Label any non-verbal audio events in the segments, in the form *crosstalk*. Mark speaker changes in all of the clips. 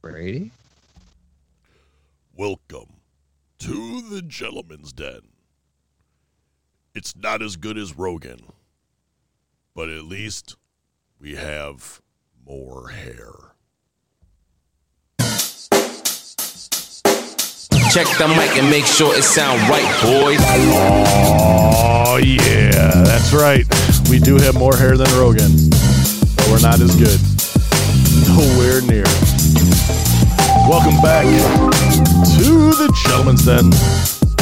Speaker 1: Brady?
Speaker 2: Welcome to the Gentleman's Den. It's not as good as Rogan, but at least we have more hair.
Speaker 3: Check the mic and make sure it sound right, boys.
Speaker 2: Oh, yeah, that's right.
Speaker 4: We do have more hair than Rogan, but we're not as good. Nowhere near. Welcome back to the Gentleman's Den.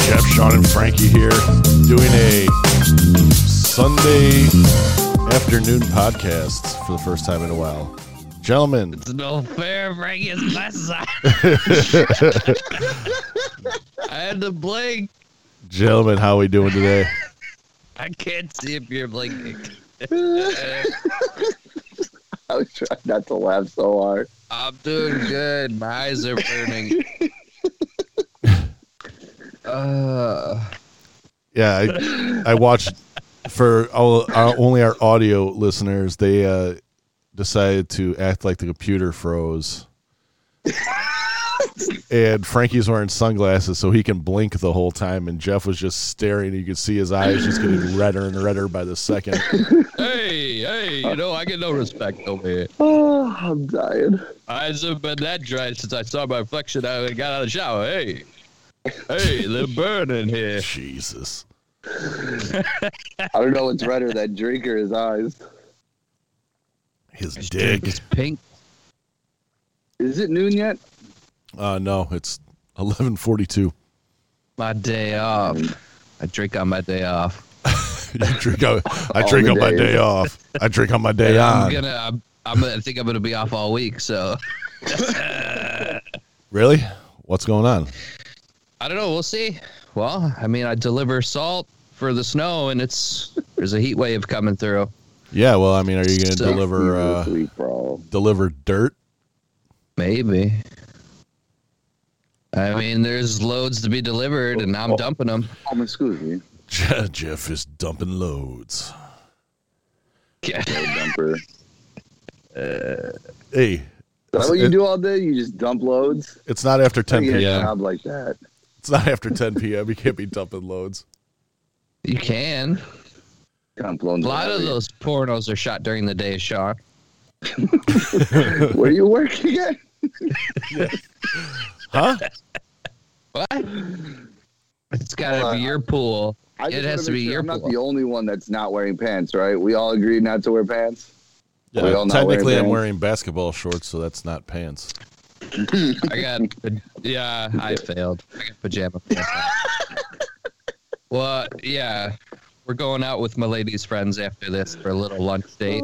Speaker 4: Jeff, Sean, and Frankie here doing a Sunday afternoon podcast for the first time in a while. Gentlemen,
Speaker 1: It's no fair, Frankie. It's my side. I had to blink.
Speaker 4: gentlemen, how we doing today?
Speaker 1: I can't see if you're blinking.
Speaker 5: I was trying not to laugh so hard. *sighs*
Speaker 1: I'm doing good. My eyes are burning. Uh,
Speaker 4: Yeah, I, I watched for all, our, only our audio listeners. They uh, decided to act like the computer froze, and Frankie's wearing sunglasses so he can blink the whole time. And Jeff was just staring. You could see his eyes just getting redder and redder by the second.
Speaker 1: hey, hey, you know, I get no respect over here.
Speaker 5: Oh, I'm dying.
Speaker 1: Eyes have been that dry since I saw my reflection. I got out of the shower. Hey, hey, they're burning here.
Speaker 4: Jesus,
Speaker 5: I don't know what's redder, that drink or his eyes.
Speaker 4: his dick.
Speaker 1: It's pink.
Speaker 5: Is it noon yet?
Speaker 4: Uh, no, it's eleven forty-two. *laughs*
Speaker 1: My day off.
Speaker 5: Mm.
Speaker 1: I drink on my day off.
Speaker 4: You drink on, I drink
Speaker 5: the
Speaker 4: on my
Speaker 5: days.
Speaker 4: day off. I drink on my day
Speaker 1: And
Speaker 4: on.
Speaker 1: I'm gonna. I'm, I'm gonna I think I'm gonna be off all week. So
Speaker 4: Really? What's going on?
Speaker 1: I don't know. We'll see. Well, I mean, I deliver salt for the snow, and it's there's a heat wave coming through.
Speaker 4: Yeah, well, I mean, are you going to
Speaker 1: So-
Speaker 4: deliver
Speaker 5: This
Speaker 4: uh,
Speaker 5: week, bro.
Speaker 4: deliver dirt? *laughs*
Speaker 1: Maybe. I mean, there's loads to be delivered, and I'm dumping them.
Speaker 5: Um, excuse me.
Speaker 4: Je- Jeff is dumping loads.
Speaker 5: No
Speaker 4: *laughs*
Speaker 5: dumper. Is
Speaker 4: Hey,
Speaker 5: that what you
Speaker 4: It-
Speaker 5: do all day? You just dump loads?
Speaker 4: it's not after 10
Speaker 5: You get a
Speaker 4: p.m.
Speaker 5: job like that.
Speaker 4: It's not after 10 p.m. You can't be dumping loads.
Speaker 1: You can.
Speaker 5: Dump loads.
Speaker 1: A lot of those pornos are shot during the day, Sean.
Speaker 5: Where you working at?
Speaker 4: *laughs* Huh?
Speaker 1: What? It's got to be your pool. *laughs*
Speaker 5: I
Speaker 1: It
Speaker 5: just
Speaker 1: has
Speaker 5: wanna
Speaker 1: to
Speaker 5: make
Speaker 1: be
Speaker 5: sure
Speaker 1: your
Speaker 5: I'm not
Speaker 1: fault.
Speaker 5: the only one that's not wearing pants, right? We all agreed not to wear pants. We all
Speaker 4: Yeah,
Speaker 5: not
Speaker 4: technically,
Speaker 5: wearing
Speaker 4: I'm
Speaker 5: pants.
Speaker 4: wearing basketball shorts, so that's not pants.
Speaker 1: I got, yeah, I failed. I got pajama pants. well, yeah, we're going out with my lady's friends after this for a little lunch date,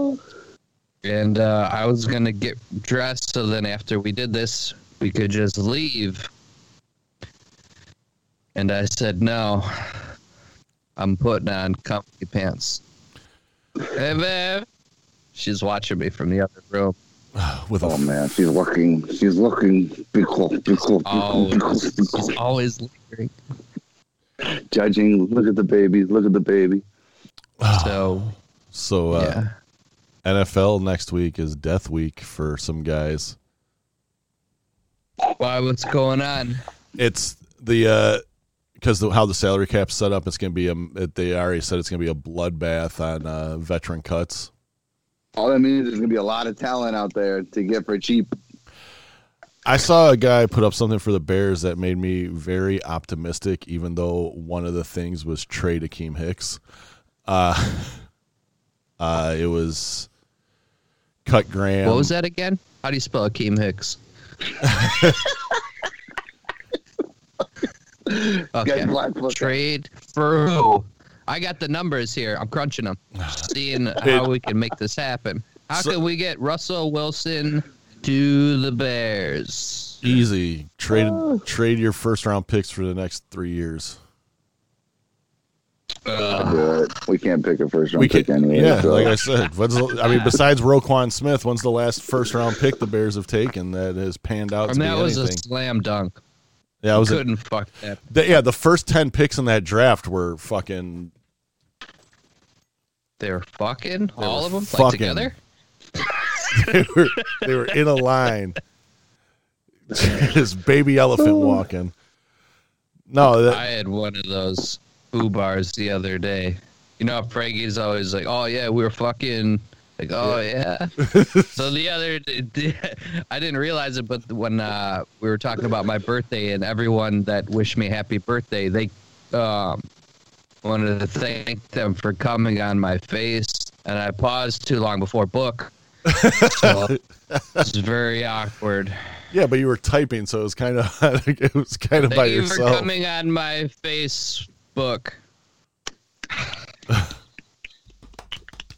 Speaker 1: and uh, I was gonna get dressed so then after we did this, we could just leave. And I said no. I'm putting on comfy pants. Hey, babe. She's watching me from the other room.
Speaker 4: With a
Speaker 5: Oh man, she's looking. She's looking. Be cool. Be cool. Be
Speaker 1: Oh.
Speaker 5: cool. Be cool.
Speaker 1: Always,
Speaker 5: Be cool.
Speaker 1: always lingering.
Speaker 5: Judging. Look at the baby. Look at the baby.
Speaker 4: Oh,
Speaker 1: So
Speaker 4: so uh,
Speaker 1: yeah.
Speaker 4: NFL next week is death week for some guys.
Speaker 1: Why? What's going on?
Speaker 4: It's the because the, how the salary cap's set up, it's going to be a. They already said it's going to be a bloodbath on uh, veteran cuts.
Speaker 5: All that means is there's gonna be a lot of talent out there to get for cheap.
Speaker 4: I saw a guy put up something for the Bears that made me very optimistic, even though one of the things was trade Akeem Hicks. Uh, *laughs* uh, it was cut Graham.
Speaker 1: what was that again? How do you spell
Speaker 4: *laughs*
Speaker 1: Akeem Hicks? okay.
Speaker 5: Guys, black book.
Speaker 1: Trade through. I got the numbers here. I'm crunching them,
Speaker 4: *laughs*
Speaker 1: seeing how we can make this happen. How
Speaker 4: So-
Speaker 1: can we get Russell Wilson to the Bears?
Speaker 4: Easy trade trade your first round picks for the next three years.
Speaker 5: Uh, we can't pick a first round
Speaker 4: We
Speaker 5: pick
Speaker 4: can,
Speaker 5: anyway.
Speaker 4: yeah.
Speaker 5: so-
Speaker 4: Like I said, when's the- I mean, besides Roquan Smith, when's the last first round pick the Bears have taken that has panned out
Speaker 1: I
Speaker 4: to
Speaker 1: mean, that
Speaker 4: be
Speaker 1: was
Speaker 4: anything?
Speaker 1: a slam dunk.
Speaker 4: yeah, it was a
Speaker 1: Couldn't fuck that.
Speaker 4: The, yeah, the first ten picks in that draft were fucking.
Speaker 1: They were fucking
Speaker 4: were
Speaker 1: all of them
Speaker 4: fucking.
Speaker 1: like together.
Speaker 4: They were, they were in a line. *laughs* this baby elephant walking. No, that,
Speaker 1: I had one of those foo bars the other day. You know, how Frankie's always like, "Oh yeah, we were fucking." Like, oh
Speaker 4: *laughs*
Speaker 1: yeah. so the other, d- d- *laughs* I didn't realize it, but when uh, we were talking about my birthday and everyone that wished me happy birthday, they um, wanted to thank them for coming on my face, and I paused too long before book.
Speaker 4: *laughs*
Speaker 1: so it's very awkward.
Speaker 4: yeah, but you were typing, so it was kind of *laughs* it was kind of by
Speaker 1: Thank you for
Speaker 4: yourself.
Speaker 1: coming on my Facebook.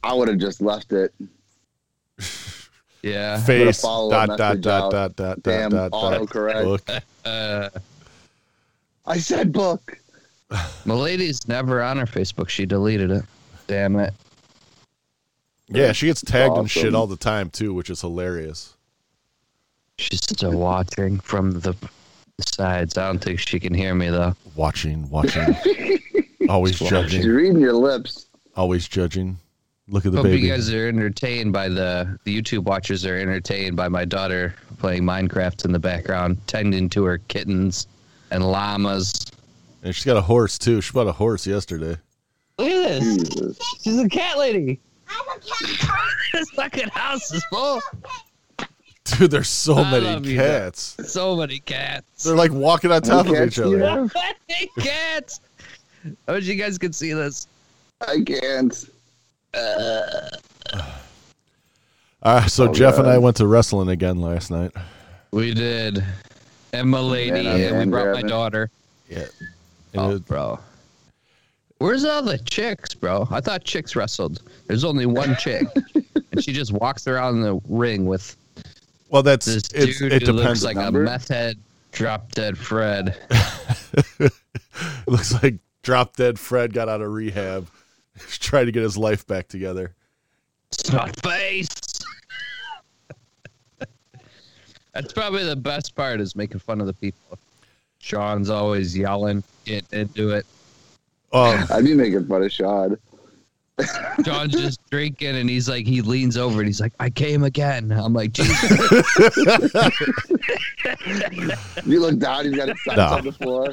Speaker 5: I would have just left it.
Speaker 1: Yeah.
Speaker 4: Face
Speaker 5: follow
Speaker 4: dot
Speaker 5: a
Speaker 4: dot
Speaker 5: message
Speaker 4: dot
Speaker 5: out.
Speaker 4: dot dot dot
Speaker 5: Damn
Speaker 4: dot dot.
Speaker 5: autocorrect.
Speaker 4: Look,
Speaker 1: Uh,
Speaker 5: I said book.
Speaker 1: Milady's never on her Facebook. She deleted it. Damn it.
Speaker 4: yeah, she gets tagged and shit
Speaker 5: Awesome.
Speaker 4: all the time too, which is hilarious.
Speaker 1: She's still watching from the sides. I don't think she can hear me though.
Speaker 4: Watching,
Speaker 5: *laughs*
Speaker 4: watching, always
Speaker 5: She's
Speaker 4: judging,
Speaker 5: reading your lips.
Speaker 4: always judging. Look at the
Speaker 1: Hope
Speaker 4: baby.
Speaker 1: you guys are entertained by the the YouTube watchers are entertained by my daughter playing Minecraft in the background, tending to her kittens and llamas.
Speaker 4: and she's got a horse too. She bought a horse yesterday. *laughs*
Speaker 1: Look at this.
Speaker 5: Jesus.
Speaker 1: She's a cat *laughs* lady. this fucking house is full.
Speaker 4: Dude, there's so
Speaker 1: I love
Speaker 4: many
Speaker 1: you, bro.
Speaker 4: cats.
Speaker 1: So many cats.
Speaker 4: They're like walking on top of
Speaker 5: cats
Speaker 4: each other.
Speaker 5: here?
Speaker 1: So many cats. *laughs* I wish you guys could see this.
Speaker 5: I can't.
Speaker 4: Uh, so
Speaker 5: Oh,
Speaker 4: Jeff and
Speaker 5: God.
Speaker 4: I went to wrestling again last night.
Speaker 1: We did. And my lady,
Speaker 5: Man, I'm
Speaker 1: and we brought my
Speaker 5: grabbing.
Speaker 1: daughter.
Speaker 4: Yeah.
Speaker 1: Oh, bro. Where's all the chicks, bro? I thought chicks wrestled. There's only one
Speaker 5: *laughs*
Speaker 1: chick, and she just walks around the ring with
Speaker 4: well, that's
Speaker 1: this
Speaker 4: it's,
Speaker 1: dude
Speaker 4: it
Speaker 1: who looks
Speaker 4: depends.
Speaker 1: like
Speaker 5: number?
Speaker 1: a meth head, drop dead Fred.
Speaker 4: It looks like drop dead Fred got out of rehab, *laughs* trying to get his life back together.
Speaker 1: Smut face. *laughs* That's probably the best part is making fun of the people. Sean's always yelling, getting into it.
Speaker 4: Oh,
Speaker 5: I'd be making fun of Sean.
Speaker 1: John's just drinking, and he's like, he leans over and he's like, I came again. I'm like, *laughs* Jesus.
Speaker 5: If you look down, he's got his socks
Speaker 4: No.
Speaker 5: on the floor.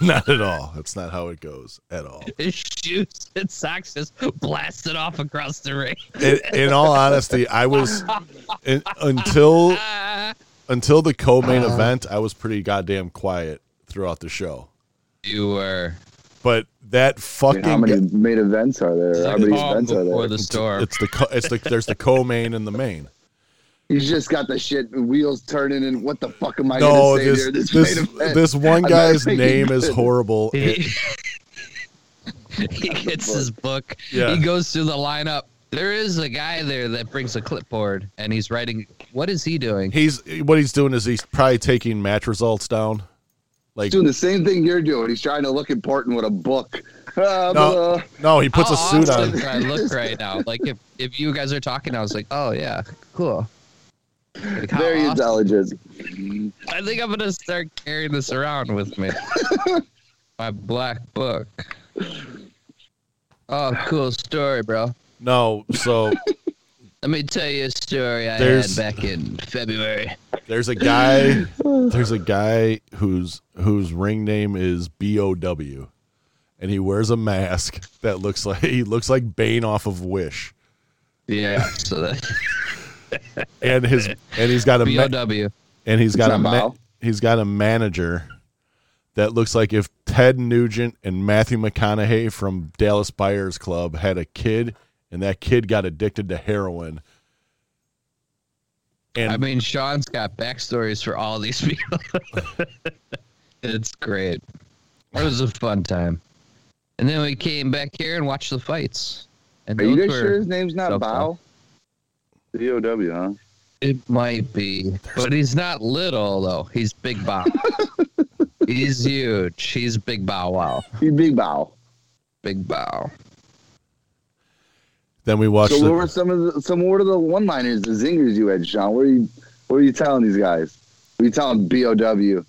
Speaker 4: *laughs* not at all. That's not how it goes at all.
Speaker 1: his shoes and socks just blasted off across the ring.
Speaker 4: In, in all honesty, I was in, until *laughs*
Speaker 1: Ah.
Speaker 4: until the co-main event, I was pretty goddamn quiet throughout the show.
Speaker 1: You were
Speaker 4: But that fucking
Speaker 5: Dude, how many main events are there? How many
Speaker 1: calm
Speaker 5: events are
Speaker 1: before
Speaker 5: there?
Speaker 1: the storm.
Speaker 4: it's the co- it's the there's the co-main and the main.
Speaker 5: He's just got the shit wheels turning, and what the fuck am I
Speaker 4: No,
Speaker 5: gonna say
Speaker 4: this this
Speaker 5: here? main
Speaker 4: this,
Speaker 5: event.
Speaker 4: one
Speaker 5: I'm not
Speaker 4: guy's
Speaker 5: making
Speaker 4: name is
Speaker 5: good.
Speaker 4: horrible. It-
Speaker 1: he, *laughs* he gets his book.
Speaker 4: Yeah.
Speaker 1: He goes through the lineup. There is a guy there that brings a clipboard and he's writing. What is he doing?
Speaker 4: he's what he's doing is he's probably taking match results down. Like
Speaker 5: He's doing the same thing you're doing. He's trying to look important with a book. Uh,
Speaker 4: no,
Speaker 5: blah.
Speaker 4: no, he puts
Speaker 1: How
Speaker 4: a suit
Speaker 1: Oh, awesome
Speaker 4: on.
Speaker 1: do I look right now. Like if, if you guys are talking, I was like, oh yeah, cool. Like, how
Speaker 5: Very
Speaker 1: awesome.
Speaker 5: intelligent.
Speaker 1: I think I'm gonna start carrying this around with
Speaker 5: *laughs*
Speaker 1: me. My black book. Oh, cool story, bro.
Speaker 4: No, so
Speaker 1: Let me tell you a story I
Speaker 4: There's-
Speaker 1: had back in February.
Speaker 4: there's a guy, there's a guy whose whose ring name is B O W, and he wears a mask that looks like he looks like Bane off of Wish,
Speaker 1: Yeah. So that
Speaker 4: and his and he's got a ma-
Speaker 1: BOW.
Speaker 4: and he's got
Speaker 5: not
Speaker 4: a ma-
Speaker 5: Bao.
Speaker 4: he's got a manager that looks like if Ted Nugent and Matthew McConaughey from Dallas Buyers Club had a kid, and that kid got addicted to heroin. And
Speaker 1: I mean, Sean's got backstories for all
Speaker 4: *laughs*
Speaker 1: these people. it's great. It was a fun time. And then we came back here and watched the fights. And
Speaker 5: Are you
Speaker 1: those
Speaker 5: guys
Speaker 1: were-
Speaker 5: sure his name's not
Speaker 1: so far.
Speaker 5: Bow? B O W, huh?
Speaker 1: It might be, but he's not little though. He's big
Speaker 4: *laughs*
Speaker 1: bow. he's huge. He's big bow wow.
Speaker 5: He's Big Bow.
Speaker 1: Big bow.
Speaker 4: then we watched.
Speaker 5: So
Speaker 4: the-
Speaker 5: what were some of the, some what are the one liners, the zingers you had, Sean? What are you what are you telling these guys? What are you telling B
Speaker 1: *sighs*
Speaker 5: O W?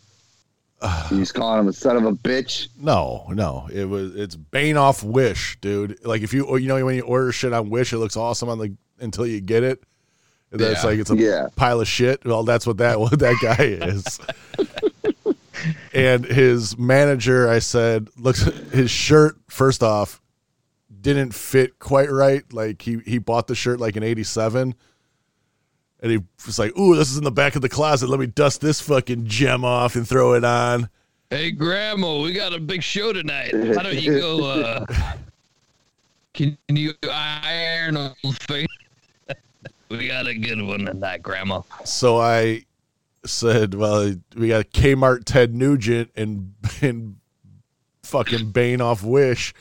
Speaker 5: You just calling him a son of a bitch.
Speaker 4: No, no, it was it's Bane off Wish, dude. Like if you you know when you order shit on Wish, it looks awesome on the until you get it, That's
Speaker 1: Yeah.
Speaker 4: like it's a
Speaker 5: Yeah.
Speaker 4: pile of shit. Well, that's what that *laughs* what that guy is. and his manager, I said, looks his shirt first off didn't fit quite right. Like he he bought the shirt like in '87, and he was like, "Ooh, this is in the back of the closet. Let me dust this fucking gem off and throw it on."
Speaker 1: Hey, Grandma, we got a big show tonight. Why don't you go? Uh, can you iron a face? *laughs* We got a good one tonight, Grandma.
Speaker 4: So I said, "Well, we got Kmart Ted Nugent and and fucking Bane off Wish.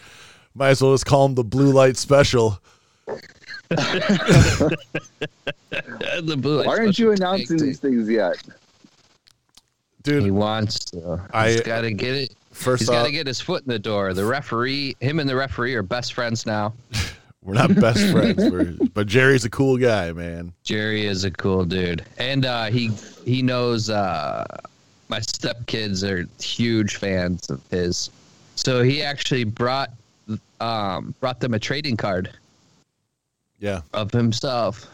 Speaker 4: Might as well just call him the Blue Light Special."
Speaker 1: The blue
Speaker 5: Why aren't you announcing these things yet?
Speaker 1: He
Speaker 4: Dude,
Speaker 1: wants to.
Speaker 4: I-
Speaker 1: He's got to get it. He's
Speaker 4: first
Speaker 1: got
Speaker 4: off,
Speaker 1: to get his foot in the door. The referee, him and the referee are best friends now.
Speaker 4: we're not best friends, we're- but Jerry's a cool guy, man.
Speaker 1: Jerry is a cool dude, and uh, he he knows uh, my stepkids are huge fans of his. So he actually brought um, brought them a trading card
Speaker 4: Yeah,
Speaker 1: of himself.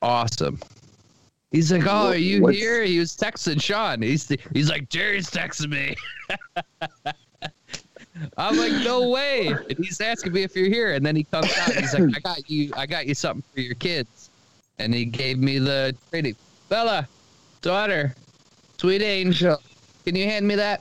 Speaker 1: Awesome. He's like, "Oh, are you
Speaker 5: What's-
Speaker 1: here?" He was texting Sean. He's he's like, "Jerry's texting me." *laughs* I'm like, "No way!" And he's asking me if you're here, and then he comes out. And he's like, "I got you. I got you something for your kids," and he gave me the trading. Bella, daughter, sweet angel, can you hand me that?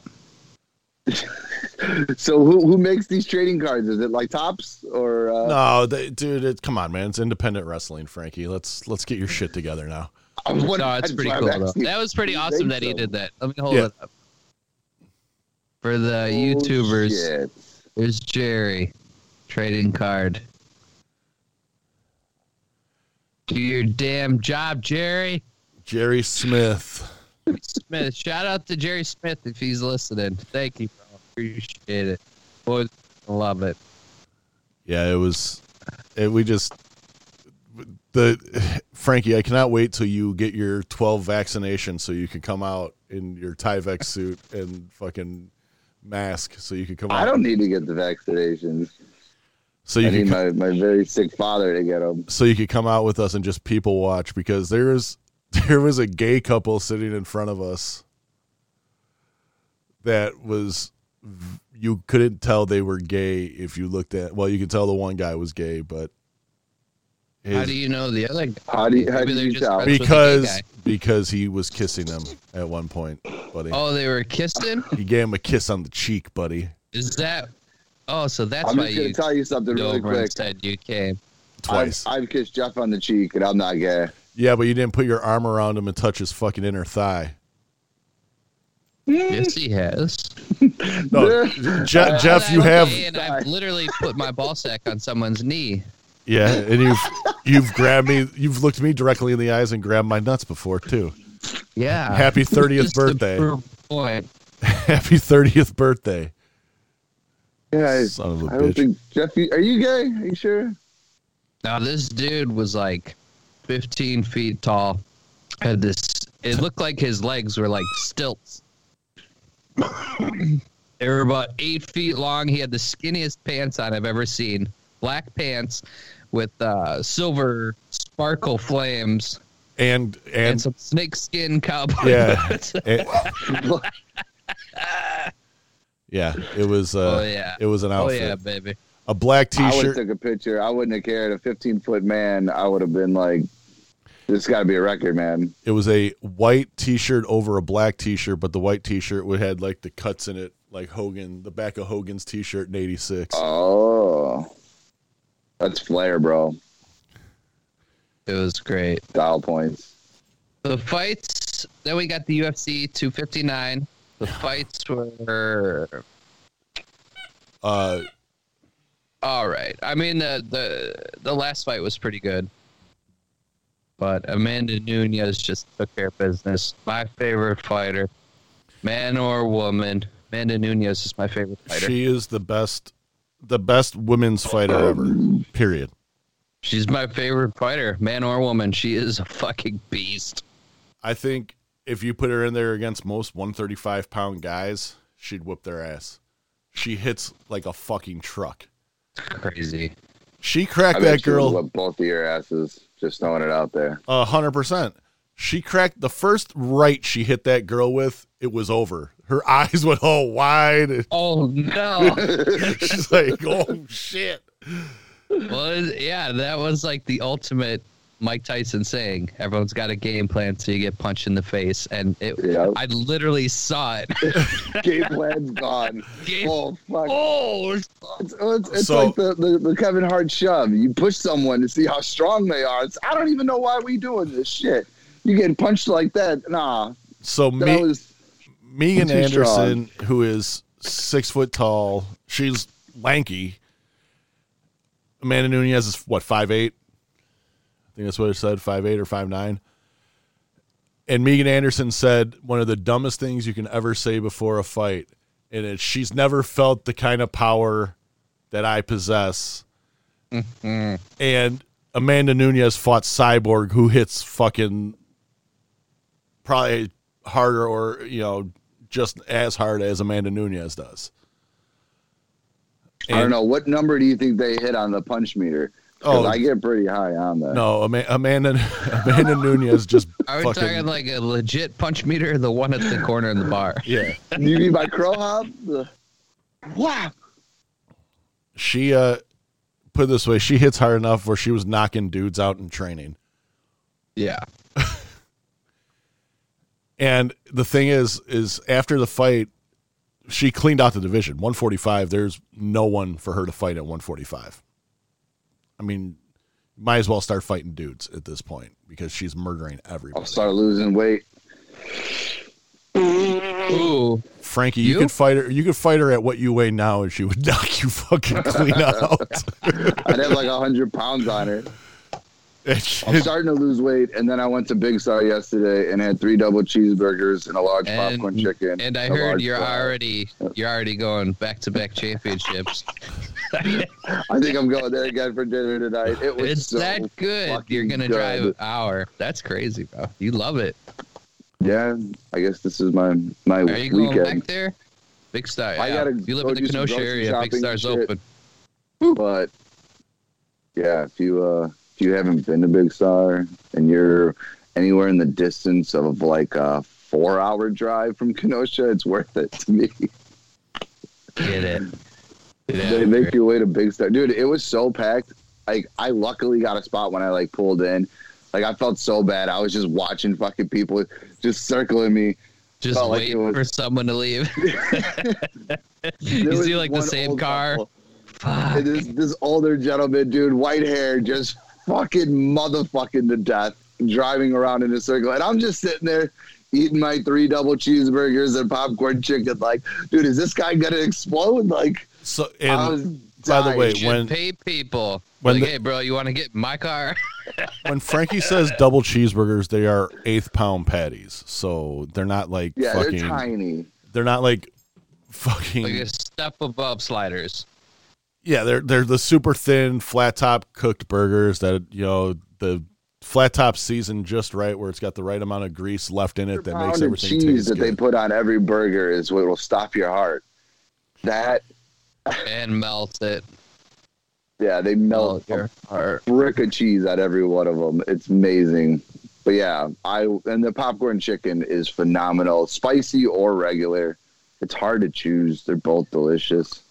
Speaker 5: So who who makes these trading cards? Is it like Tops or uh,
Speaker 4: no, they, dude, it, come on, man, it's independent wrestling, Frankie. Let's let's get your shit together now.
Speaker 5: I *laughs* wonder-
Speaker 1: No, it's
Speaker 5: that's
Speaker 1: pretty
Speaker 5: why I'm
Speaker 1: cool. Though.
Speaker 5: asking.
Speaker 1: That was pretty
Speaker 5: You
Speaker 1: awesome
Speaker 5: think
Speaker 1: that he
Speaker 5: so?
Speaker 1: did that. Let me hold
Speaker 4: Yeah.
Speaker 1: it up for the
Speaker 5: Oh,
Speaker 1: YouTubers.
Speaker 5: shit.
Speaker 1: Here's Jerry, trading card. Do your damn job, Jerry
Speaker 4: Jerry Smith.
Speaker 1: Smith. Shout out to Jerry Smith if he's listening. Thank you, bro. Appreciate it. Boys, love it.
Speaker 4: Yeah, it was. It, we just the Frankie. I cannot wait till you get your twelve vaccination, so you can come out in your Tyvek suit and fucking mask, so you can come out.
Speaker 5: I don't need to get the vaccinations.
Speaker 4: So
Speaker 5: I
Speaker 4: you
Speaker 5: need
Speaker 4: can co-
Speaker 5: my, my very sick father to get them.
Speaker 4: so you could come out with us and just people watch because there was *laughs* there was a gay couple sitting in front of us that was you couldn't tell they were gay if you looked at well you could tell the one guy was gay but
Speaker 1: How
Speaker 4: his-
Speaker 1: do you know the other guy?
Speaker 5: How do you, how
Speaker 1: Maybe
Speaker 5: do
Speaker 1: they're
Speaker 5: you
Speaker 1: just
Speaker 5: tell?
Speaker 1: friends. That's what the
Speaker 4: because
Speaker 1: gay guy-
Speaker 4: because he was kissing him at one point, buddy.
Speaker 1: Oh, they were kissing?
Speaker 4: He gave him a kiss on the cheek, buddy.
Speaker 1: Is that. Oh, so that's
Speaker 5: I'm
Speaker 1: why
Speaker 5: just going
Speaker 1: you
Speaker 5: to tell you something
Speaker 1: you
Speaker 5: really
Speaker 1: over
Speaker 5: quick.
Speaker 1: and said you came.
Speaker 4: Twice.
Speaker 5: I've, I've kissed Jeff on the cheek, and I'm not gay.
Speaker 4: yeah, but you didn't put your arm around him and touch his fucking inner thigh.
Speaker 1: Yes, he has. *laughs*
Speaker 4: No, Je- Uh, Jeff,
Speaker 1: I'm
Speaker 4: you
Speaker 1: not
Speaker 4: have
Speaker 1: gay, And I've literally put my ball sack on someone's knee.
Speaker 4: yeah, and you've you've grabbed me, you've looked me directly in the eyes and grabbed my nuts before too.
Speaker 1: Yeah.
Speaker 4: Happy thirtieth
Speaker 1: *laughs* Just to
Speaker 4: birthday!
Speaker 1: prove a point.
Speaker 4: Happy thirtieth birthday!
Speaker 5: *laughs* Yeah, I,
Speaker 4: Son of a
Speaker 5: I don't
Speaker 4: bitch.
Speaker 5: think Jeff. You, are you gay? Are you sure?
Speaker 1: Now this dude was like 15 feet tall. Had this. It looked like his legs were like stilts. they were about eight feet long. He had the skinniest pants on I've ever seen. Black pants with uh, silver sparkle flames
Speaker 4: and
Speaker 1: and,
Speaker 4: and
Speaker 1: some snakeskin cowboy
Speaker 4: Yeah.
Speaker 1: boots.
Speaker 4: *laughs*
Speaker 1: *laughs*
Speaker 4: and- yeah, it was uh,
Speaker 1: Oh, yeah.
Speaker 4: it was an
Speaker 1: oh
Speaker 4: outfit,
Speaker 1: yeah, baby.
Speaker 4: a black
Speaker 5: I would have
Speaker 4: t-shirt.
Speaker 5: took a picture. I wouldn't have cared. A 15 foot man, I would have been like, "This got to be a record, man."
Speaker 4: it was a white t-shirt over a black t-shirt but the white t-shirt would had like the cuts in it like hogan the back of hogan's t-shirt in 86
Speaker 5: Oh, that's flair, bro.
Speaker 1: It was great.
Speaker 5: Style points.
Speaker 1: the fights then we got the UFC 259 the fights were
Speaker 4: uh
Speaker 1: all right I mean the the the last fight was pretty good but Amanda Nunez just took care of business my favorite fighter man or woman Amanda Nunez is my favorite fighter
Speaker 4: she is the best the best women's fighter ever period
Speaker 1: she's my favorite fighter man or woman she is a fucking beast
Speaker 4: i think if you put her in there against most 135 pound guys she'd whip their ass she hits like a fucking truck
Speaker 1: crazy
Speaker 4: She cracked
Speaker 5: I
Speaker 4: that
Speaker 5: bet you
Speaker 4: girl
Speaker 5: whoop both of your asses. Just throwing it out there.
Speaker 4: a hundred percent. She cracked the first right she hit that girl with. It was over. Her *laughs* eyes went all wide.
Speaker 1: Oh no!
Speaker 4: She's like, "Oh shit!"
Speaker 1: well, it- yeah, that was like the ultimate Mike Tyson saying, "Everyone's got a game plan, so you get punched in the face." And it, *laughs*
Speaker 5: Yeah.
Speaker 1: I literally saw it. *laughs*
Speaker 5: Game plan's gone.
Speaker 1: Game-
Speaker 5: Oh fuck.
Speaker 1: oh,
Speaker 5: It's, it's, it's
Speaker 4: So-
Speaker 5: like the, the, the Kevin Hart shove. You push someone to see how strong they are. It's, I don't even know why we doing this shit. You getting punched like that? Nah,
Speaker 4: So
Speaker 5: that
Speaker 4: me,
Speaker 5: was
Speaker 4: Megan
Speaker 5: too strong.
Speaker 4: Anderson, who is six foot tall, she's lanky. Amanda Nunez is what five eight. I think that's what it said, five eight or five nine. And Megan Anderson said one of the dumbest things you can ever say before a fight, and it's she's never felt the kind of power that I possess.
Speaker 5: Mm-hmm.
Speaker 4: And Amanda Nunez fought Cyborg, who hits fucking probably harder or you know just as hard as Amanda Nunez does.
Speaker 5: I don't
Speaker 4: And-
Speaker 5: know what number do you think they hit on the punch meter?
Speaker 4: Oh.
Speaker 5: Because I get pretty high on that.
Speaker 4: No, Ama- Amanda *laughs* Amanda Nunez
Speaker 5: *laughs*
Speaker 4: just
Speaker 1: are we
Speaker 4: fucking
Speaker 1: talking like a legit punch meter, or the one at the corner in the
Speaker 5: *laughs*
Speaker 1: bar?
Speaker 4: yeah.
Speaker 5: You mean by crow hop? The- Wow.
Speaker 4: She uh put it this way, she hits hard enough where she was knocking dudes out in training.
Speaker 1: Yeah.
Speaker 4: And the thing is, is after the fight, she cleaned out the division. 145, there's no one for her to fight at 145. I mean, might as well start fighting dudes at this point because she's murdering everybody.
Speaker 5: I'll start losing weight.
Speaker 1: Ooh.
Speaker 4: Frankie, you,
Speaker 1: You?
Speaker 4: could fight her. You could fight her at what you weigh now, and she would *laughs* knock you fucking
Speaker 5: *laughs*
Speaker 4: clean out.
Speaker 5: I'd have like 100 pounds on her.
Speaker 4: And she-
Speaker 5: I'm starting to lose weight. And then I went to Big Star yesterday and had three double cheeseburgers and a large
Speaker 1: And,
Speaker 5: popcorn chicken.
Speaker 1: and I
Speaker 5: a
Speaker 1: heard
Speaker 5: large
Speaker 1: you're
Speaker 5: fry.
Speaker 1: already you're already going back to back
Speaker 5: *laughs*
Speaker 1: championships.
Speaker 5: I think I'm going there again for dinner tonight. It was
Speaker 1: It's
Speaker 5: so
Speaker 1: that good.
Speaker 5: fucking
Speaker 1: You're gonna
Speaker 5: good.
Speaker 1: drive an hour. That's crazy, bro. You love it.
Speaker 5: Yeah, I guess this is my my
Speaker 1: Are you going back
Speaker 5: weekend.
Speaker 1: there? Big Star.
Speaker 5: I
Speaker 1: yeah.
Speaker 5: gotta
Speaker 1: if you live
Speaker 5: go
Speaker 1: in the
Speaker 5: do some
Speaker 1: Kenosha
Speaker 5: grocery
Speaker 1: area, Big
Speaker 5: shopping
Speaker 1: Star's
Speaker 5: and shit.
Speaker 1: open.
Speaker 5: But yeah, if you uh if you haven't been to Big Star and you're anywhere in the distance of like a four hour drive from Kenosha, it's worth it to me.
Speaker 1: Get it. Get out
Speaker 5: they
Speaker 1: of
Speaker 5: make
Speaker 1: here.
Speaker 5: you wait a big star, dude. It was so packed. Like I luckily got a spot when I like pulled in. Like I felt so bad. I was just watching fucking people just circling me.
Speaker 1: Just
Speaker 5: felt like
Speaker 1: wait
Speaker 5: it was-
Speaker 1: for someone to leave.
Speaker 5: *laughs* There
Speaker 1: *laughs* you see
Speaker 5: was
Speaker 1: like the
Speaker 5: one
Speaker 1: same
Speaker 5: old
Speaker 1: car.
Speaker 5: couple.
Speaker 1: Fuck.
Speaker 5: And this this older gentleman, dude, white hair, just fucking motherfucking to death, driving around in a circle, and I'm just sitting there eating my three double cheeseburgers and popcorn chicken. Like, dude, is this guy gonna explode? Like,
Speaker 4: so,
Speaker 5: I was
Speaker 4: and by the way,
Speaker 5: dying.
Speaker 1: Should
Speaker 4: when-
Speaker 1: pay people.
Speaker 4: when
Speaker 1: like,
Speaker 4: the-
Speaker 1: hey, bro, you want to get in my car? *laughs*
Speaker 4: when Frankie says double cheeseburgers, they are eighth pound patties, so they're not like
Speaker 5: yeah,
Speaker 4: fucking.
Speaker 5: they're tiny.
Speaker 4: they're not like fucking.
Speaker 1: like a step above sliders.
Speaker 4: yeah, they're they're the super thin flat top cooked burgers that you know the flat top seasoned just right where it's got the right amount of grease left in it that
Speaker 5: pound
Speaker 4: makes
Speaker 5: of
Speaker 4: everything
Speaker 5: cheese
Speaker 4: taste
Speaker 5: that they
Speaker 4: good.
Speaker 5: put on every burger is what will stop your heart. That
Speaker 1: and melt it. Oh,
Speaker 5: yeah, they melt
Speaker 4: Oh,
Speaker 1: Melt your heart.
Speaker 5: a brick of cheese on every one of them. It's amazing. But yeah, I and the popcorn chicken is phenomenal, spicy or regular. It's hard to choose. They're both
Speaker 1: *laughs*
Speaker 5: delicious.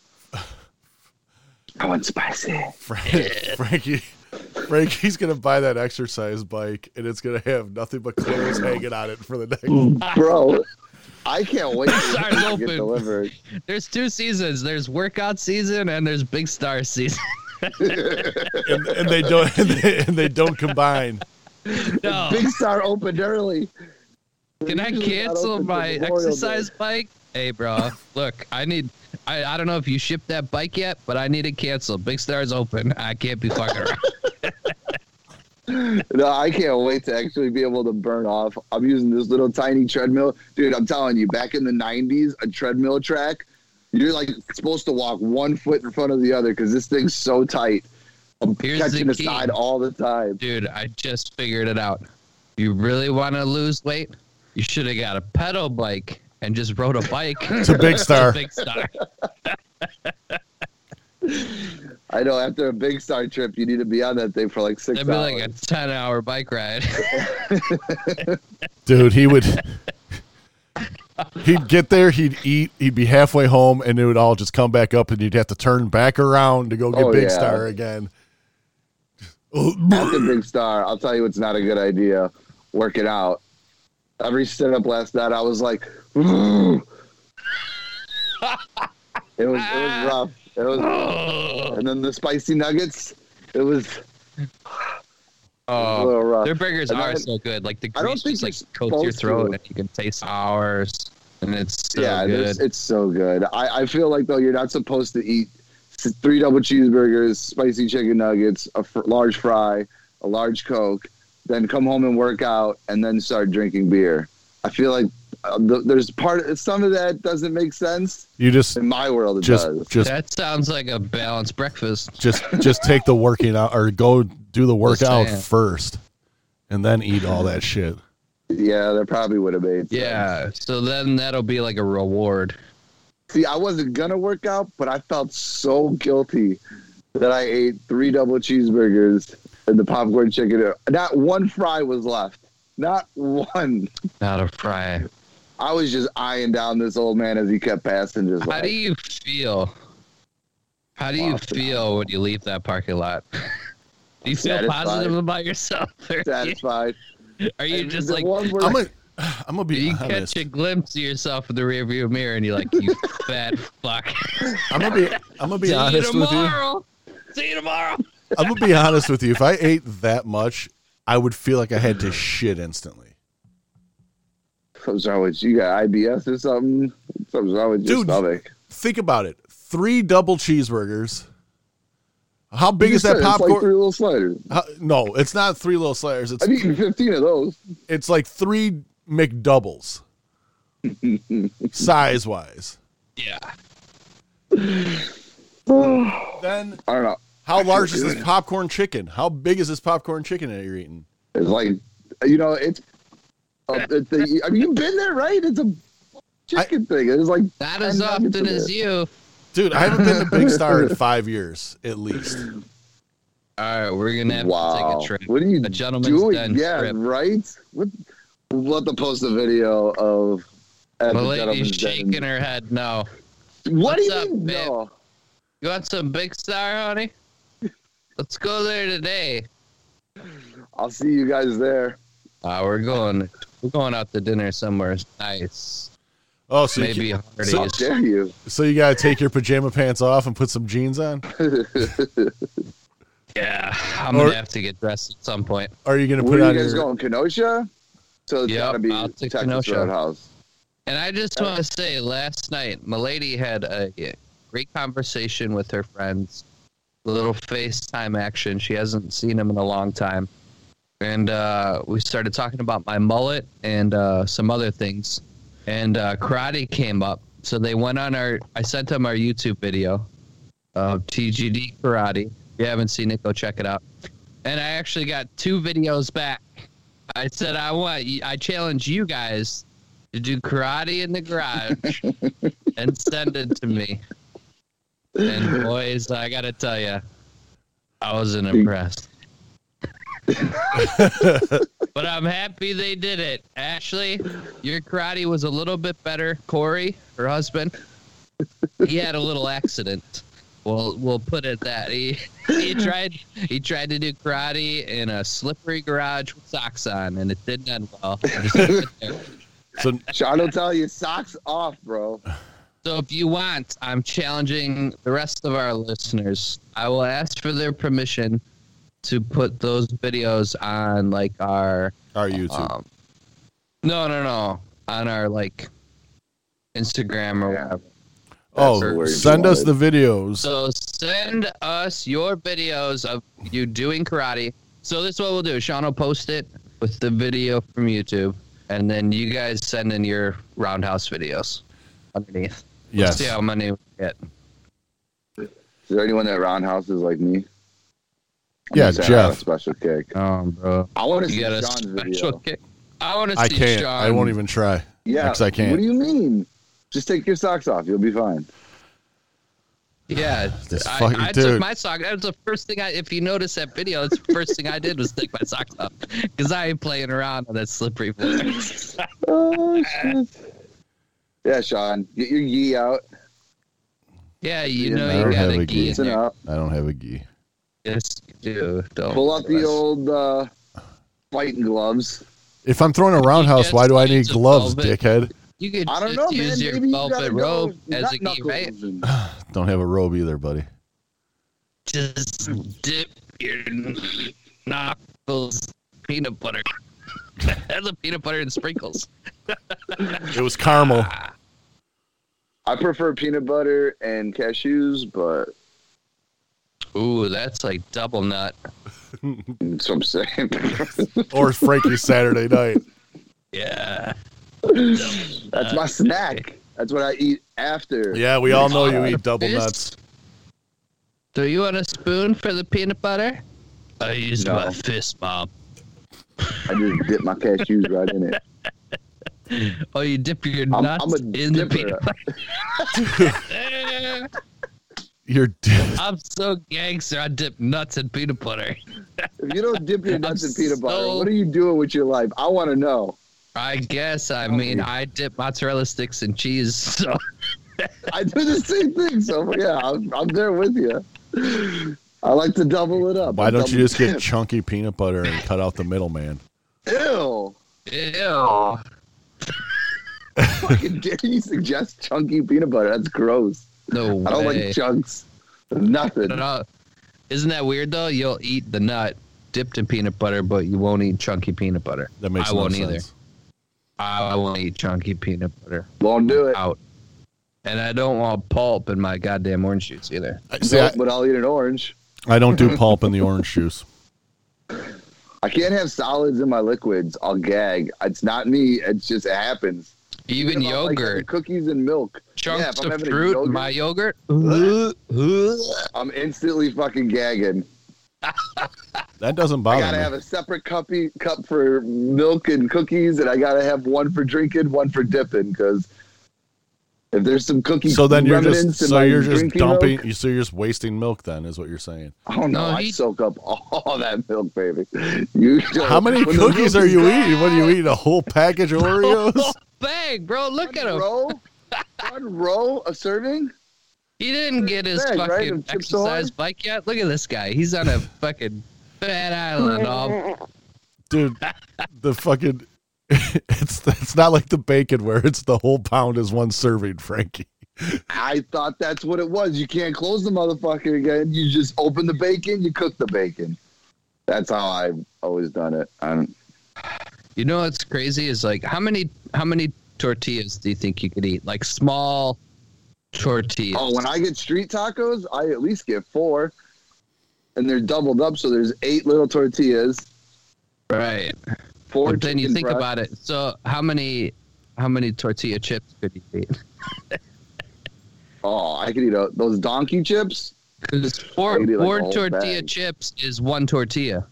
Speaker 5: I want spicy.
Speaker 4: Frank, *laughs* Frankie, Frankie's gonna buy that exercise bike and it's gonna have nothing but clothes hanging on it for the next.
Speaker 5: Bro, I can't wait
Speaker 1: Start
Speaker 5: to
Speaker 1: open.
Speaker 5: get delivered.
Speaker 1: There's two seasons. There's workout season and there's big star
Speaker 5: *laughs*
Speaker 1: season.
Speaker 4: And, and they don't *laughs* and they, and they don't combine.
Speaker 1: no.
Speaker 5: Big Star opened early.
Speaker 1: Oh. Can I
Speaker 5: Usually not
Speaker 1: cancel
Speaker 5: open till
Speaker 1: my
Speaker 5: Memorial Day.
Speaker 1: exercise bike? Hey, bro. Look, I need. I, I don't know if you shipped that bike yet, but I need it canceled. Big Star's open. I can't be fucking
Speaker 5: *laughs*
Speaker 1: around.
Speaker 5: No, I can't wait to actually be able to burn off. I'm using this little tiny treadmill. Dude, I'm telling you, back in the 90s, a treadmill track, you're like supposed to walk one foot in front of the other because this thing's so tight. I'm
Speaker 1: Here's the
Speaker 5: catching
Speaker 1: key.
Speaker 5: side all the time.
Speaker 1: Dude, I just figured it out. You really want to lose weight? You should have got a pedal *laughs* bike and just rode a bike
Speaker 4: It's a big
Speaker 1: to
Speaker 4: star.
Speaker 1: Big Star.
Speaker 5: I know after a big star trip, you need to be on that thing for like six
Speaker 1: That'd be
Speaker 5: hours.
Speaker 1: like a ten-hour bike ride. *laughs*
Speaker 4: dude he would he'd get there he'd eat he'd be halfway home and it would all just come back up and you'd have to turn back around to go get
Speaker 5: Oh,
Speaker 4: big
Speaker 5: yeah.
Speaker 4: star again
Speaker 5: After Big Star, I'll tell you it's not a good idea working out. Every sit up last night, I was like, *laughs* "Ooh." it was it was rough.
Speaker 1: *laughs*
Speaker 5: It was, and then the spicy nuggets, it was a
Speaker 1: oh,
Speaker 5: little rough.
Speaker 1: their burgers
Speaker 5: And
Speaker 1: are
Speaker 5: then-
Speaker 1: so good. Like the
Speaker 5: I
Speaker 1: grease
Speaker 5: don't think
Speaker 1: just like
Speaker 5: you're
Speaker 1: coats your
Speaker 5: supposed
Speaker 1: throat,
Speaker 5: to.
Speaker 1: and you can taste ours, and it's so
Speaker 5: yeah,
Speaker 1: good.
Speaker 5: there's- it's so good. I, I feel like though you're not supposed to eat s- three double cheeseburgers, spicy chicken nuggets, a fr- large fry, a large coke, then come home and work out, and then start drinking beer. I feel like uh, th- there's part some of that doesn't make sense
Speaker 4: you just
Speaker 5: in my world. It
Speaker 4: just
Speaker 5: does.
Speaker 4: just
Speaker 1: that sounds like a balanced breakfast.
Speaker 4: just just take the working out or go do the workout
Speaker 1: saying.
Speaker 4: first and then eat all that shit
Speaker 5: Yeah, that probably would have made. sense.
Speaker 1: Yeah. So then that'll be like a reward.
Speaker 5: See, I wasn't gonna work out, but I felt so guilty that I ate three double cheeseburgers and the popcorn chicken. Not one fry was left. Not one.
Speaker 1: Not a fry.
Speaker 5: I was just eyeing down this old man as he kept passing. Just
Speaker 1: How
Speaker 5: like,
Speaker 1: do you feel? How do you
Speaker 5: Lost it.
Speaker 1: feel when you leave that parking lot? *laughs* Do you feel
Speaker 5: Satisfied.
Speaker 1: positive about yourself? *laughs* Or are you,
Speaker 5: satisfied.
Speaker 1: are you
Speaker 5: And
Speaker 1: just
Speaker 5: the
Speaker 1: like
Speaker 5: one where-
Speaker 4: i'm gonna i'm gonna be
Speaker 1: you
Speaker 4: honest
Speaker 1: catch a glimpse of yourself in the rearview mirror and you're like,
Speaker 4: *laughs*
Speaker 1: you fat fuck.
Speaker 4: i'm gonna be i'm gonna be
Speaker 1: See you
Speaker 4: honest with you
Speaker 1: tomorrow. See you tomorrow.
Speaker 4: i'm gonna be honest with you if i ate that much i would feel like i had to shit instantly
Speaker 5: something's wrong with you. You got IBS or something? Something's wrong with your
Speaker 4: Dude,
Speaker 5: stomach.
Speaker 4: think about it three double cheeseburgers how big
Speaker 5: You
Speaker 4: is that
Speaker 5: said it's
Speaker 4: popcorn
Speaker 5: Like three little sliders.
Speaker 4: How- no, it's not three little sliders. It's
Speaker 5: I've eaten fifteen
Speaker 4: *sighs*
Speaker 5: of those.
Speaker 4: it's like three McDoubles, size wise.
Speaker 1: Yeah.
Speaker 4: Then
Speaker 5: I don't know.
Speaker 4: how large is this popcorn chicken? How big is this popcorn chicken that you're eating?
Speaker 5: It's like you know, it's. Uh, it's a- I mean, you've been there, right? It's a chicken thing. It's like
Speaker 1: Not
Speaker 5: ten
Speaker 1: as
Speaker 5: nuggets
Speaker 1: often
Speaker 5: in
Speaker 1: as
Speaker 5: it.
Speaker 1: you.
Speaker 4: Dude, I haven't been to
Speaker 5: *laughs*
Speaker 4: Big Star in five years at least.
Speaker 1: All right, we're gonna have
Speaker 5: Wow.
Speaker 1: to take a trip.
Speaker 5: What are you
Speaker 1: a gentleman's
Speaker 5: doing?
Speaker 1: den
Speaker 5: Yeah,
Speaker 1: trip.
Speaker 5: right. What? We'll have to post a video of. at
Speaker 1: The
Speaker 5: the
Speaker 1: lady's
Speaker 5: gentleman's den.
Speaker 1: shaking her head. No.
Speaker 5: What do
Speaker 1: What's
Speaker 5: you
Speaker 1: up,
Speaker 5: mean,
Speaker 1: babe?
Speaker 5: no?
Speaker 1: You want some big star, honey? Let's go there today.
Speaker 5: I'll see you guys there.
Speaker 1: Uh, we're going. We're going out to dinner somewhere nice.
Speaker 4: Oh, so you,
Speaker 1: Maybe
Speaker 4: can-
Speaker 1: Hardee's.
Speaker 5: How dare you?
Speaker 4: so you gotta take your pajama pants off and put some jeans on?
Speaker 1: yeah, I'm
Speaker 4: Or-
Speaker 1: gonna have to get dressed at some point.
Speaker 4: Or are you gonna put
Speaker 5: Where are
Speaker 4: on
Speaker 5: you guys
Speaker 4: your?
Speaker 5: going? Kenosha? So it's
Speaker 1: Yep,
Speaker 5: gotta be
Speaker 1: I'll take
Speaker 5: Texas
Speaker 1: Kenosha.
Speaker 5: Roadhouse.
Speaker 1: And I just want to say, last night, my lady had a great conversation with her friends. A little FaceTime action. She hasn't seen him in a long time. And uh, we started talking about my mullet and uh, some other things. And uh, karate came up. So they went on our, I sent them our YouTube video of TGD Karate. If you haven't seen it, go check it out. And I actually got two videos back. I said, I want, I challenge you guys to do karate in the garage and send it to me. And boys, I gotta tell you, I wasn't impressed. but I'm happy they did it. Ashley, your karate was a little bit better. Corey, her husband, he had a little accident. We'll we'll put it that he he tried he tried to do karate in a slippery garage with socks on, and it didn't end well. Just leave it there.
Speaker 4: So
Speaker 1: *laughs*
Speaker 5: Sean will tell you, socks off, bro.
Speaker 1: So if you want, I'm challenging the rest of our listeners. I will ask for their permission to put those videos on like our
Speaker 4: our YouTube.
Speaker 1: um, no no no on our like Instagram or
Speaker 5: Yeah.
Speaker 1: whatever.
Speaker 5: the
Speaker 4: Oh,
Speaker 5: word you
Speaker 4: send us the
Speaker 5: wanted.
Speaker 4: videos.
Speaker 1: So send us your videos of you doing karate. So this is what we'll do. Sean will post it with the video from YouTube, and then you guys send in your roundhouse videos underneath. Let's
Speaker 4: Yes.
Speaker 1: See how many we get.
Speaker 5: Is there anyone that roundhouses like me? I'm
Speaker 4: Yeah,
Speaker 5: just saying I have a
Speaker 4: Jeff.
Speaker 5: special kick.
Speaker 1: Oh, bro.
Speaker 5: I want to
Speaker 1: You
Speaker 5: see
Speaker 1: got a
Speaker 5: Sean's video.
Speaker 1: special kick. I want to see
Speaker 4: I can't.
Speaker 1: Sean.
Speaker 4: I won't even try.
Speaker 5: Yeah,
Speaker 4: Because I can't.
Speaker 5: What do you mean? Just take your socks off. You'll be fine.
Speaker 1: Yeah,
Speaker 4: *laughs* This
Speaker 1: I,
Speaker 4: fucking
Speaker 1: I
Speaker 4: dude.
Speaker 1: took my sock. That was the first thing I. If you notice that video, that's the first thing I did was take my socks off because I ain't playing around on that slippery
Speaker 5: *laughs*
Speaker 1: floor. Ah.
Speaker 5: Oh, shit. Yeah, Sean, get your gi out.
Speaker 1: yeah, you
Speaker 5: Yeah,
Speaker 1: know
Speaker 5: I
Speaker 4: don't
Speaker 1: you got
Speaker 4: have a
Speaker 1: a key
Speaker 4: key.
Speaker 1: in
Speaker 5: It's
Speaker 1: there. Oh,
Speaker 5: up.
Speaker 4: I don't have a gi.
Speaker 1: Yes, you do. Don't
Speaker 5: Pull out the
Speaker 1: That's-
Speaker 5: old uh, fighting gloves.
Speaker 4: If I'm throwing a roundhouse,
Speaker 1: just
Speaker 4: why do I need
Speaker 1: needs a
Speaker 4: gloves,
Speaker 1: velvet-
Speaker 4: dickhead?
Speaker 1: You could
Speaker 5: I don't know,
Speaker 1: just
Speaker 5: man.
Speaker 1: use your
Speaker 5: Maybe you gotta
Speaker 1: velvet
Speaker 5: go
Speaker 1: rope as a
Speaker 5: nut
Speaker 1: key, right?
Speaker 5: knuckles and-
Speaker 4: Don't have a robe either, buddy.
Speaker 1: Just dip your knuckles in peanut butter. *laughs* That's a peanut butter and sprinkles.
Speaker 4: It was caramel.
Speaker 5: Ah. I prefer peanut butter and cashews, but
Speaker 1: Ooh, that's like double nut.
Speaker 5: that's what I'm saying. *laughs*
Speaker 4: or Frankie's Saturday night.
Speaker 1: Yeah.
Speaker 5: that's my snack. That's what I eat after.
Speaker 4: Yeah, we all know you eat double nuts.
Speaker 1: Do you want a spoon for the peanut butter? I used
Speaker 5: No.
Speaker 1: my fist, mom.
Speaker 5: I just dip my cashews right in it.
Speaker 1: Oh, you dip your
Speaker 5: I'm,
Speaker 1: nuts
Speaker 5: I'm a
Speaker 1: in the
Speaker 5: dipper.
Speaker 4: *laughs*
Speaker 1: peanut butter.
Speaker 4: You're d-
Speaker 1: I'm so gangster. I dip nuts in peanut butter.
Speaker 5: If you
Speaker 1: *laughs*
Speaker 5: don't dip your nuts in peanut butter,
Speaker 1: so-
Speaker 5: what are you doing with your life? I want to know.
Speaker 1: I guess. I mean, I dip mozzarella sticks in cheese. *laughs* So
Speaker 5: I
Speaker 1: *laughs*
Speaker 5: do the same thing, so yeah, I'm, I'm there with you. I like to double it up.
Speaker 4: why
Speaker 5: I
Speaker 4: don't you
Speaker 5: double
Speaker 4: just
Speaker 5: *laughs*
Speaker 4: get chunky peanut butter and cut out the middleman?
Speaker 5: Ew!
Speaker 1: ew.
Speaker 5: Fucking *laughs* dare you suggest chunky peanut butter? That's gross.
Speaker 1: No way.
Speaker 5: I don't like chunks. Nothing.
Speaker 1: But, uh, Isn't that weird though? You'll eat the nut dipped in peanut butter, but you won't eat chunky peanut butter.
Speaker 4: That makes
Speaker 1: I
Speaker 4: no
Speaker 1: won't
Speaker 4: sense.
Speaker 1: either. I won't eat chunky peanut butter.
Speaker 5: Won't do it.
Speaker 1: Out. And I don't want pulp in my goddamn orange juice either.
Speaker 4: I- See, I,
Speaker 5: but I'll eat an orange.
Speaker 4: I don't do pulp in the orange juice.
Speaker 5: I can't have solids in my liquids. I'll gag. It's not me. It's just it happens.
Speaker 1: Even
Speaker 5: If I'm, like,
Speaker 1: yogurt,
Speaker 5: having cookies and milk. yeah, if
Speaker 1: chunks
Speaker 5: I'm
Speaker 1: of
Speaker 5: having a
Speaker 1: fruit
Speaker 5: yogurt-
Speaker 1: in my yogurt.
Speaker 5: *laughs*
Speaker 1: Ooh,
Speaker 5: I'm instantly fucking gagging.
Speaker 4: That doesn't
Speaker 5: I
Speaker 4: bother
Speaker 5: gotta
Speaker 4: me.
Speaker 5: have a separate cuppy, cup for milk and cookies, and I gotta have one for drinking, one for dipping. Because if there's some cookie,
Speaker 4: so then you're just
Speaker 5: remnants in
Speaker 4: so
Speaker 5: my
Speaker 4: you're just
Speaker 5: drinking
Speaker 4: dumping.
Speaker 5: milk,
Speaker 4: You so you're just wasting milk. Then is what you're saying.
Speaker 5: oh no,
Speaker 1: No,
Speaker 5: I
Speaker 1: he-
Speaker 5: soak up all *laughs* that milk, baby. You don't-
Speaker 4: How many
Speaker 5: when the
Speaker 4: cookies
Speaker 5: milk
Speaker 4: are
Speaker 5: is
Speaker 4: you
Speaker 5: gone,
Speaker 4: eating? What are you eating? A whole package
Speaker 5: *laughs*
Speaker 4: of Oreos?
Speaker 1: bang, bro! Look at
Speaker 5: One
Speaker 1: him.
Speaker 5: row, one row a serving.
Speaker 1: He didn't get his
Speaker 5: Bag, right?
Speaker 1: fucking
Speaker 5: Of Chips Ahoy?
Speaker 1: exercise bike yet. Look at this guy. He's on a fucking fat island.
Speaker 5: *laughs*
Speaker 1: All
Speaker 4: dude the fucking *laughs* it's it's not like the bacon where it's the whole pound is one serving frankie
Speaker 5: I thought that's what it was. You can't close the motherfucker again. You just open the bacon, you cook the bacon. That's how I've always done it. I don't,
Speaker 1: You know what's crazy is like how many how many tortillas do you think you could eat? Like small tortillas.
Speaker 5: oh, when I get street tacos, I at least get four, and they're doubled up. So there's eight little tortillas.
Speaker 1: right.
Speaker 5: Oh, Four.
Speaker 1: But then you
Speaker 5: chicken
Speaker 1: think
Speaker 5: breasts.
Speaker 1: about it. So how many how many tortilla chips could you eat?
Speaker 5: Oh, I could eat a, those donkey chips.
Speaker 1: Because four
Speaker 5: Maybe like a
Speaker 1: four
Speaker 5: whole
Speaker 1: tortilla
Speaker 5: bag.
Speaker 1: chips is one tortilla.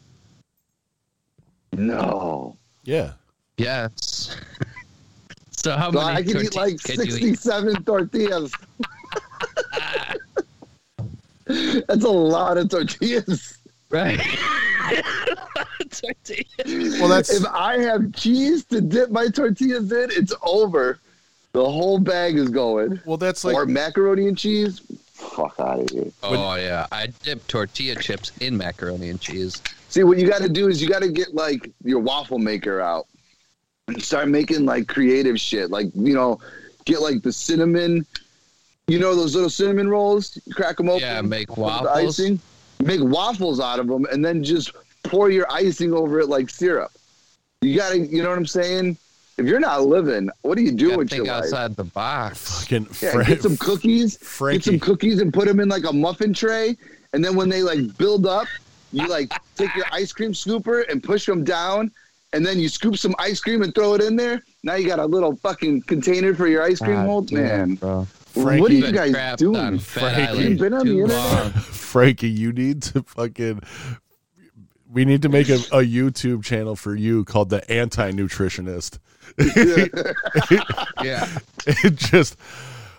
Speaker 5: No.
Speaker 4: yeah
Speaker 1: Yes. *laughs* so how
Speaker 5: So
Speaker 1: many
Speaker 5: I could eat
Speaker 1: tortillas
Speaker 5: like
Speaker 1: could you eat? *laughs*
Speaker 5: sixty-seven tortillas. That's a lot of tortillas. *laughs*
Speaker 1: Right. tortilla.
Speaker 4: well that's
Speaker 5: if I have cheese to dip my tortillas in, it's over. The whole bag is going.
Speaker 4: well that's
Speaker 5: or
Speaker 4: like
Speaker 5: macaroni and cheese. Fuck out of here.
Speaker 1: Oh yeah. I dip tortilla chips in macaroni and cheese.
Speaker 5: See, what you got to do is you got to get like your waffle maker out and start making like creative shit. Like you know, get like the cinnamon. You know those little cinnamon rolls? You crack them open.
Speaker 1: Yeah, make
Speaker 5: with the
Speaker 1: waffles.
Speaker 5: icing. Make waffles out of them, and then just pour your icing over it like syrup. You gotta, you know what I'm saying? If you're not living, what are you doing
Speaker 1: Gotta
Speaker 5: with your
Speaker 1: think
Speaker 5: life?
Speaker 1: outside the box.
Speaker 4: fucking
Speaker 5: Yeah,
Speaker 4: Fra-
Speaker 5: get some cookies. Get
Speaker 4: frankie
Speaker 5: some cookies and put them in like a muffin tray, and then when they like build up, you like take your ice cream scooper and push them down, and then you scoop some ice cream and throw it in there. Now you got a little fucking container for your ice cream
Speaker 1: God
Speaker 5: mold,
Speaker 1: damn,
Speaker 5: man.
Speaker 1: bro.
Speaker 4: Frankie-
Speaker 5: what are you
Speaker 1: Been
Speaker 5: guys
Speaker 1: trapped
Speaker 5: doing?
Speaker 1: on Fat
Speaker 4: Frankie.
Speaker 1: Island
Speaker 5: You've been on
Speaker 1: too
Speaker 5: the internet?
Speaker 1: long.
Speaker 4: frankie you need to fucking we need to make a, a youtube channel for you called the anti-nutritionist *laughs*
Speaker 1: Yeah,
Speaker 4: it just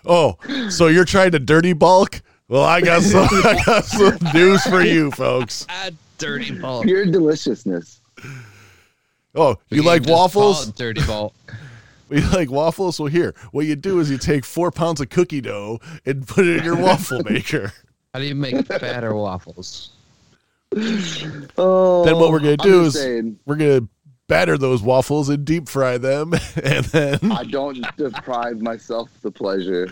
Speaker 4: oh so you're trying to dirty bulk Well, I got some, I got some news for you, folks.
Speaker 1: Ah,
Speaker 5: *laughs*
Speaker 1: dirty ball.
Speaker 5: Pure deliciousness.
Speaker 4: Oh, you
Speaker 1: You
Speaker 4: like
Speaker 1: just
Speaker 4: waffles?
Speaker 1: call it dirty ball.
Speaker 4: We like waffles. Well, here, what you do is you take four pounds of cookie dough and put it in your
Speaker 5: *laughs*
Speaker 4: waffle maker.
Speaker 1: How do you make fatter waffles?
Speaker 5: Oh,
Speaker 4: Then what we're gonna
Speaker 5: I'm
Speaker 4: do
Speaker 5: just
Speaker 4: is-
Speaker 5: saying,
Speaker 4: We're gonna batter those waffles and deep fry them, *laughs* and then
Speaker 5: I don't deprive myself the pleasure.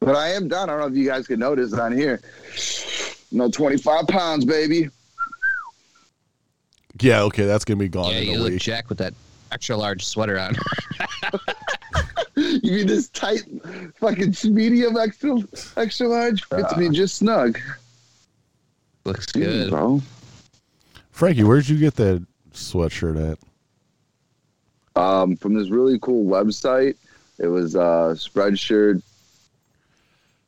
Speaker 5: But I am done. I don't know if you guys can notice on here. No, 25 pounds, baby.
Speaker 4: yeah, okay, that's gonna be gone
Speaker 1: yeah,
Speaker 4: in
Speaker 1: you
Speaker 4: a
Speaker 1: look
Speaker 4: week.
Speaker 1: Jack with that extra large sweater on. *laughs*
Speaker 5: You mean this tight, fucking medium extra, extra large fits me just snug.
Speaker 1: Looks
Speaker 5: Jeez,
Speaker 1: good.
Speaker 5: bro.
Speaker 4: Frankie, where'd you get that sweatshirt at?
Speaker 5: um, from this really cool website. It was uh, Spreadshirt.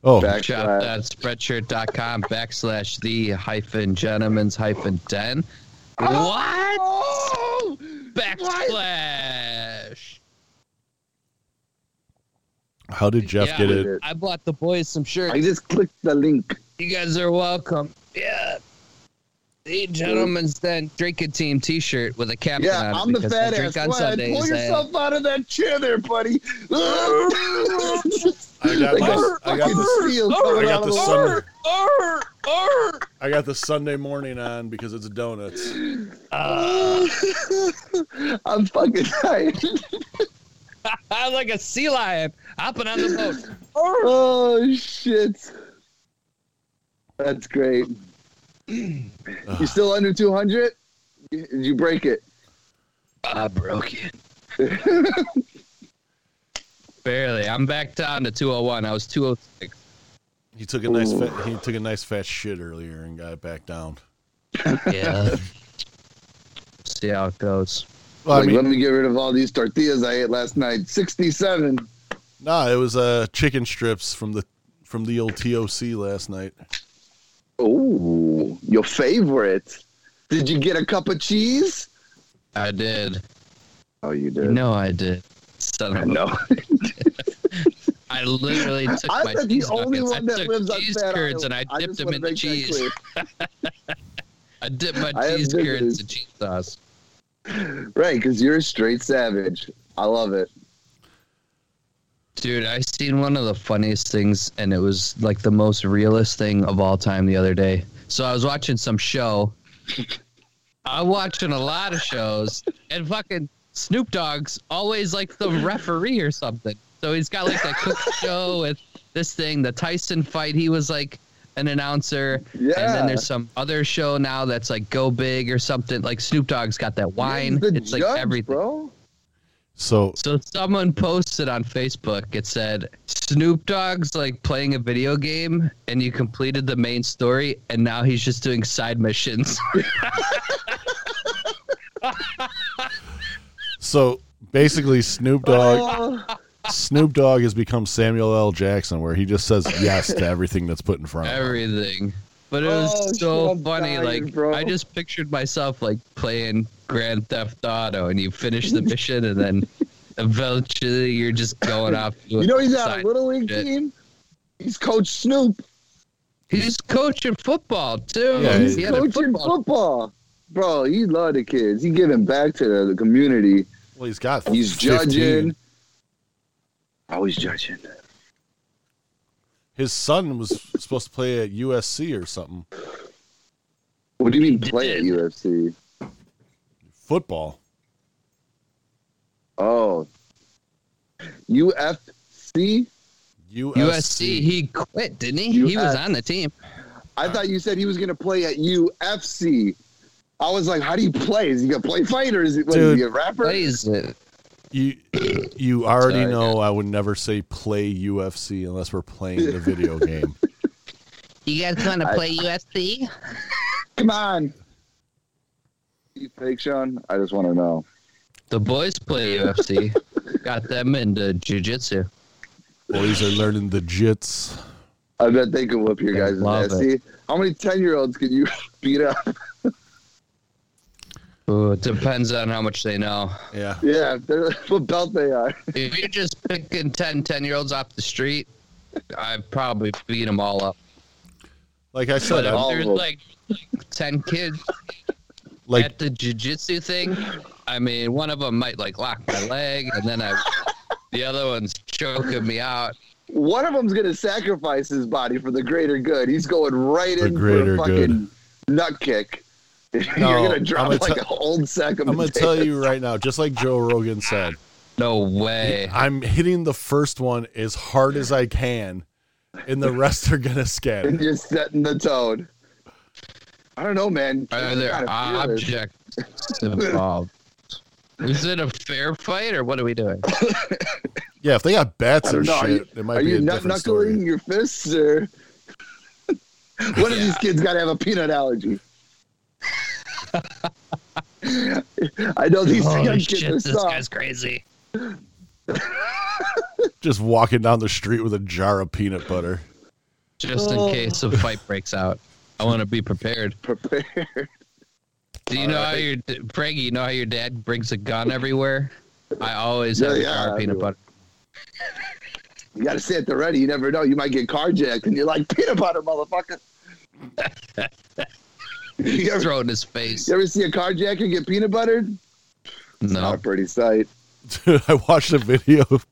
Speaker 4: Oh,
Speaker 5: Back-
Speaker 1: Shop uh, at spreadshirt.com backslash the hyphen gentleman's hyphen den. What?
Speaker 5: Oh!
Speaker 1: Backslash.
Speaker 4: how did Jeff
Speaker 1: Yeah.
Speaker 4: get it?
Speaker 1: I bought the boys some
Speaker 5: I
Speaker 1: shirts.
Speaker 5: just clicked the link.
Speaker 1: You guys are welcome. Yeah. The gentleman's den drinking team t shirt with a cap
Speaker 5: Yeah,
Speaker 1: on
Speaker 5: I'm
Speaker 1: it
Speaker 5: the
Speaker 1: because
Speaker 5: fat
Speaker 1: they drink
Speaker 5: ass.
Speaker 1: on
Speaker 5: Vlad,
Speaker 1: Sundays eh?
Speaker 5: pull
Speaker 1: and-
Speaker 5: yourself out of that chair there, buddy.
Speaker 4: I got
Speaker 5: Like
Speaker 4: my,
Speaker 5: a
Speaker 4: I got
Speaker 5: fucking
Speaker 4: the,
Speaker 5: seal
Speaker 4: I
Speaker 5: coming
Speaker 4: got the
Speaker 5: out of the
Speaker 4: Sunday,
Speaker 5: water.
Speaker 4: I got the Sunday morning on because it's donuts.
Speaker 5: I'm fucking tired.
Speaker 1: I'm like a sea lion hopping on the boat.
Speaker 5: Oh shit. That's
Speaker 4: *clears throat*
Speaker 5: great. You still under 200? You- You break it.
Speaker 1: I broke it. *laughs* Barely. I'm back down to 201. I was 206.
Speaker 4: He took a nice fat, he took a nice fat shit earlier and got it back down.
Speaker 1: Yeah. *laughs* See how it goes.
Speaker 4: Well, I
Speaker 5: like,
Speaker 4: mean,
Speaker 5: let me get rid of all these tortillas I ate last night. 67.
Speaker 4: Nah, it was uh chicken strips from the from the old TOC last night.
Speaker 5: Oh, your favorite. Did you get a cup of cheese?
Speaker 1: I did.
Speaker 5: Oh, you did.
Speaker 1: No, I did. Son
Speaker 5: I
Speaker 1: of a.
Speaker 5: know.
Speaker 1: *laughs* I literally took
Speaker 5: I'm
Speaker 1: my
Speaker 5: not the
Speaker 1: cheese
Speaker 5: only
Speaker 1: nuggets.
Speaker 5: one
Speaker 1: I
Speaker 5: that
Speaker 1: took
Speaker 5: lives on
Speaker 1: cheese
Speaker 5: Fat
Speaker 1: curds
Speaker 5: Island.
Speaker 1: and I
Speaker 5: I
Speaker 1: dipped
Speaker 5: just
Speaker 1: them
Speaker 5: wanna
Speaker 1: in the
Speaker 5: make that
Speaker 1: cheese.
Speaker 5: clear.
Speaker 1: I dipped my
Speaker 5: I have
Speaker 1: cheese
Speaker 5: diggers.
Speaker 1: curds in cheese sauce.
Speaker 5: Right, because you're a straight savage. I love it.
Speaker 1: Dude, I seen one of the funniest things, and it was like the most realist thing of all time the other day. So I was watching some show. I'm watching a lot of shows, and fucking Snoop Dogg's always like the referee or something. So he's got like the
Speaker 5: *laughs*
Speaker 1: cook show with this thing, the Tyson fight. He was like an announcer, and
Speaker 5: Yeah.
Speaker 1: then there's some other show now that's like Go Big or something. Like Snoop Dogg's got that wine.
Speaker 5: You're the
Speaker 1: It's like
Speaker 5: judge,
Speaker 1: everything.
Speaker 5: Bro.
Speaker 4: So
Speaker 1: So someone posted on Facebook. It said Snoop Dogg's like playing a video game, and you completed the main story, and now he's just doing side missions. *laughs*
Speaker 4: so basically Snoop Dogg
Speaker 5: Oh.
Speaker 4: Snoop Dogg has become Samuel L. Jackson where he just says yes to everything that's put in front of him.
Speaker 1: Everything. But it was so
Speaker 5: Oh, shit, I'm
Speaker 1: funny.
Speaker 5: dying,
Speaker 1: like
Speaker 5: bro.
Speaker 1: I just pictured myself like playing Grand Theft Auto, and you finish
Speaker 5: *laughs*
Speaker 1: the mission, and then eventually you're just going off.
Speaker 5: You
Speaker 1: doing
Speaker 5: know he's on
Speaker 1: side-
Speaker 5: a little league
Speaker 1: shit.
Speaker 5: team. He's Coach Snoop.
Speaker 1: He's coaching football too.
Speaker 4: Yeah,
Speaker 1: he's
Speaker 4: he's
Speaker 5: Coaching football. Bro, he love the kids. He giving back to the, the community.
Speaker 4: Well, he's got
Speaker 5: He's
Speaker 4: 15.
Speaker 5: judging. Always judging.
Speaker 4: His son was supposed to play at USC or something.
Speaker 5: What do you mean play at UFC?
Speaker 4: Football.
Speaker 5: Oh. UFC?
Speaker 4: USC.
Speaker 1: USC. He quit, didn't he? He was
Speaker 5: US.
Speaker 1: on the team.
Speaker 5: I thought you said he was going to play at UFC. I was like, how do you play? Is he going to play fighter? Is he, what, is
Speaker 4: Dude.
Speaker 5: he a rapper?
Speaker 1: Plays it.
Speaker 4: You you already
Speaker 1: Sorry,
Speaker 4: know I would never say play UFC unless we're playing the
Speaker 5: *laughs*
Speaker 4: video game.
Speaker 1: You guys want to
Speaker 5: I-
Speaker 1: play USC?
Speaker 5: Come on. You fake, Sean? I just want to know.
Speaker 1: The boys play UFC. Got them into jujitsu.
Speaker 4: Boys are learning the jits.
Speaker 5: I bet they could whoop your
Speaker 1: They
Speaker 5: guys'
Speaker 1: love
Speaker 5: ass.
Speaker 1: it.
Speaker 5: See, how many 10 year olds could you *laughs* beat up?
Speaker 1: Ooh, it depends on how much they know.
Speaker 4: Yeah.
Speaker 5: *laughs* Yeah, they're, what belt they are.
Speaker 1: If you're just picking 10 10 year olds off the street, I probably beat them all up.
Speaker 4: Like I said,
Speaker 1: But
Speaker 4: I'm,
Speaker 1: if
Speaker 5: all
Speaker 1: there's
Speaker 5: of 'em.
Speaker 1: like ten kids
Speaker 4: like
Speaker 1: at the jujitsu thing, I mean, one of them might like lock my leg, and then I, the other one's choking me out.
Speaker 5: One of them's gonna sacrifice his body for the greater good. He's going right
Speaker 4: The
Speaker 5: in for
Speaker 4: greater
Speaker 5: a fucking nut kick. *laughs*
Speaker 4: No,
Speaker 5: You're gonna
Speaker 4: I'm
Speaker 5: drop
Speaker 4: gonna
Speaker 5: like
Speaker 4: te-
Speaker 5: an old sack of
Speaker 4: I'm gonna tell you right now, just like Joe Rogan said,
Speaker 1: No way.
Speaker 4: I'm hitting the first one as hard as I can, and the rest are gonna
Speaker 5: *laughs* and
Speaker 4: scatter.
Speaker 5: you're setting the tone. I don't know, man.
Speaker 1: Are
Speaker 5: I
Speaker 1: there
Speaker 5: gotta feel it.
Speaker 1: objects *laughs* involved? Is it a fair fight, or what are we doing?
Speaker 4: Yeah, if they got bats
Speaker 5: I
Speaker 4: or
Speaker 5: don't know. Are
Speaker 4: shit,
Speaker 5: you,
Speaker 4: it might
Speaker 5: are
Speaker 4: be
Speaker 5: you
Speaker 4: a
Speaker 5: nut
Speaker 4: different story.
Speaker 5: knuckling your fists
Speaker 4: *laughs*
Speaker 5: or? One of
Speaker 1: Yeah.
Speaker 5: these kids got to have a peanut allergy. I know these
Speaker 1: *laughs*
Speaker 5: young
Speaker 1: Holy
Speaker 5: kids
Speaker 1: shit,
Speaker 5: are
Speaker 1: this
Speaker 5: soft.
Speaker 1: guy's crazy.
Speaker 4: Just walking down the street with a jar of peanut butter. *laughs*
Speaker 1: Just in case a fight breaks out, I want to be prepared.
Speaker 5: Prepared.
Speaker 1: Do you know how your d- Frank? You know how your dad brings a gun everywhere. I always have
Speaker 5: Yeah,
Speaker 1: a
Speaker 5: yeah,
Speaker 1: jar of peanut
Speaker 5: everywhere.
Speaker 1: butter.
Speaker 5: *laughs* You got to stay at the ready. You never know. You might get carjacked, and you're like peanut butter, motherfucker. *laughs* you,
Speaker 4: *laughs*
Speaker 5: ever,
Speaker 1: Throw it in his face.
Speaker 5: you ever see a carjacker get peanut buttered? Not
Speaker 1: No,
Speaker 5: a pretty sight.
Speaker 4: Dude, I watched a video. of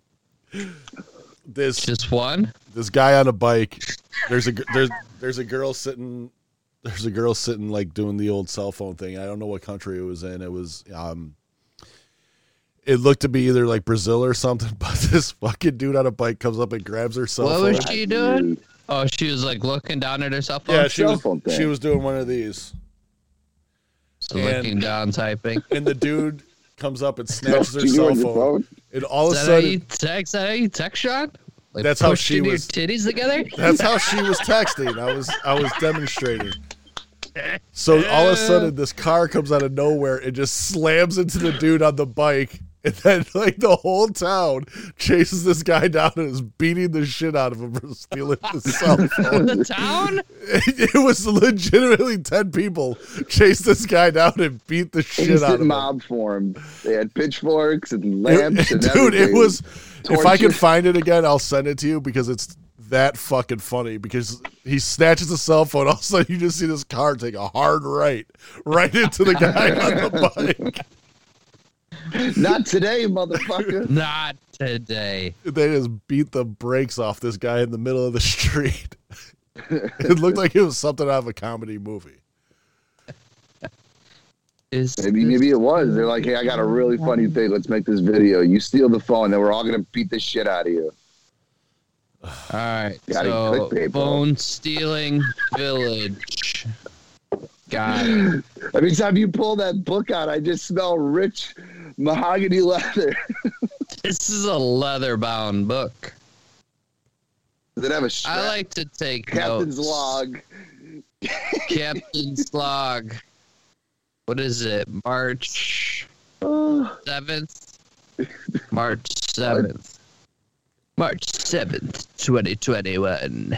Speaker 4: This
Speaker 1: just one.
Speaker 4: this guy on a bike. There's a gir- there's there's a girl sitting there's a girl sitting like doing the old cell phone thing. I don't know what country it was in. It was um it looked to be either like Brazil or something, *laughs* but this fucking dude on a bike comes up and grabs her cell
Speaker 1: What
Speaker 4: phone.
Speaker 1: was she doing? Oh, she was like looking down at her cell phone.
Speaker 4: yeah, she
Speaker 5: Cell
Speaker 4: was
Speaker 5: phone thing.
Speaker 4: she was doing one of these.
Speaker 1: So looking
Speaker 4: and-
Speaker 1: down, typing.
Speaker 4: And the dude comes up
Speaker 5: *laughs*
Speaker 4: and
Speaker 5: No,
Speaker 4: snatches her
Speaker 5: you
Speaker 4: cell
Speaker 5: on your
Speaker 4: phone.
Speaker 5: phone?
Speaker 4: And *laughs* all of
Speaker 1: Is
Speaker 4: a
Speaker 1: that how you
Speaker 4: sudden
Speaker 1: text? Is that how you text, Sean? Like
Speaker 4: That's how she
Speaker 1: pushing your
Speaker 4: was- *laughs*
Speaker 1: titties together. *laughs*
Speaker 4: That's how she was texting. I was I was demonstrating. So all of a sudden, this car comes out of nowhere and just slams into the dude on the bike, and then like the whole town chases this guy down and is beating the shit out of him for stealing his cell phone. *laughs*
Speaker 1: the town.
Speaker 4: It was legitimately ten people chased this guy down and beat the shit out of
Speaker 5: Instant
Speaker 4: him.
Speaker 5: mob formed. They had pitchforks and
Speaker 4: It-
Speaker 5: lamps
Speaker 4: *laughs*
Speaker 5: and
Speaker 4: dude,
Speaker 5: everything.
Speaker 4: it was. If I
Speaker 5: Torture.
Speaker 4: could find it again, I'll send it to you because it's that fucking funny. Because he snatches a cell phone, all of a sudden you just see this car take a hard right, right into the guy on
Speaker 5: *laughs*
Speaker 4: the bike.
Speaker 5: not today,
Speaker 4: *laughs*
Speaker 5: motherfucker.
Speaker 1: Not today.
Speaker 4: They just beat the brakes off this guy in the middle of the *laughs* street. it looked like it was something out of a comedy movie.
Speaker 1: Is
Speaker 5: Maybe maybe it was. They're like, hey, I got a really funny thing. Let's make this video. You steal the phone, then we're all gonna beat the shit out of you.
Speaker 1: All right.
Speaker 5: Gotta
Speaker 1: So
Speaker 5: clickbait, bro.
Speaker 1: bone stealing village. Got it.
Speaker 5: *laughs* Every time you pull that book out, I just smell rich mahogany leather. *laughs*
Speaker 1: This is a leather bound book.
Speaker 5: Does it have a strap?
Speaker 1: I like to take
Speaker 5: Captain's
Speaker 1: notes.
Speaker 5: log. *laughs*
Speaker 1: Captain's log. What is it? March
Speaker 5: Oh,
Speaker 1: seventh. March seventh. March seventh, twenty twenty one.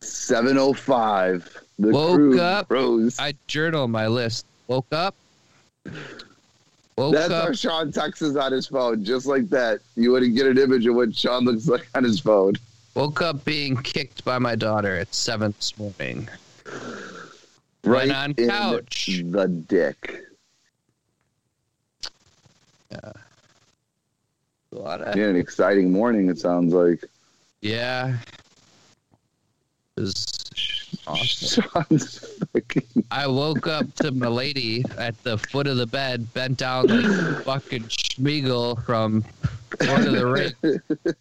Speaker 5: 705. The
Speaker 1: Woke
Speaker 5: crew
Speaker 1: up.
Speaker 5: rose.
Speaker 1: I journal my list. Woke up. Woke
Speaker 5: That's
Speaker 1: up.
Speaker 5: how Sean texts on his phone, just like that. You wouldn't get an image of what Sean looks like on his phone.
Speaker 1: Woke up being kicked by my daughter at seven this morning.
Speaker 5: Right
Speaker 1: on
Speaker 5: in
Speaker 1: couch.
Speaker 5: The dick.
Speaker 1: A lot of-
Speaker 5: Yeah, an exciting morning, it sounds like.
Speaker 1: Yeah. It was awesome.
Speaker 5: Sean's fucking.
Speaker 1: I woke up to my lady at the foot of the bed, bent down like fucking Schmiegel from Lord of the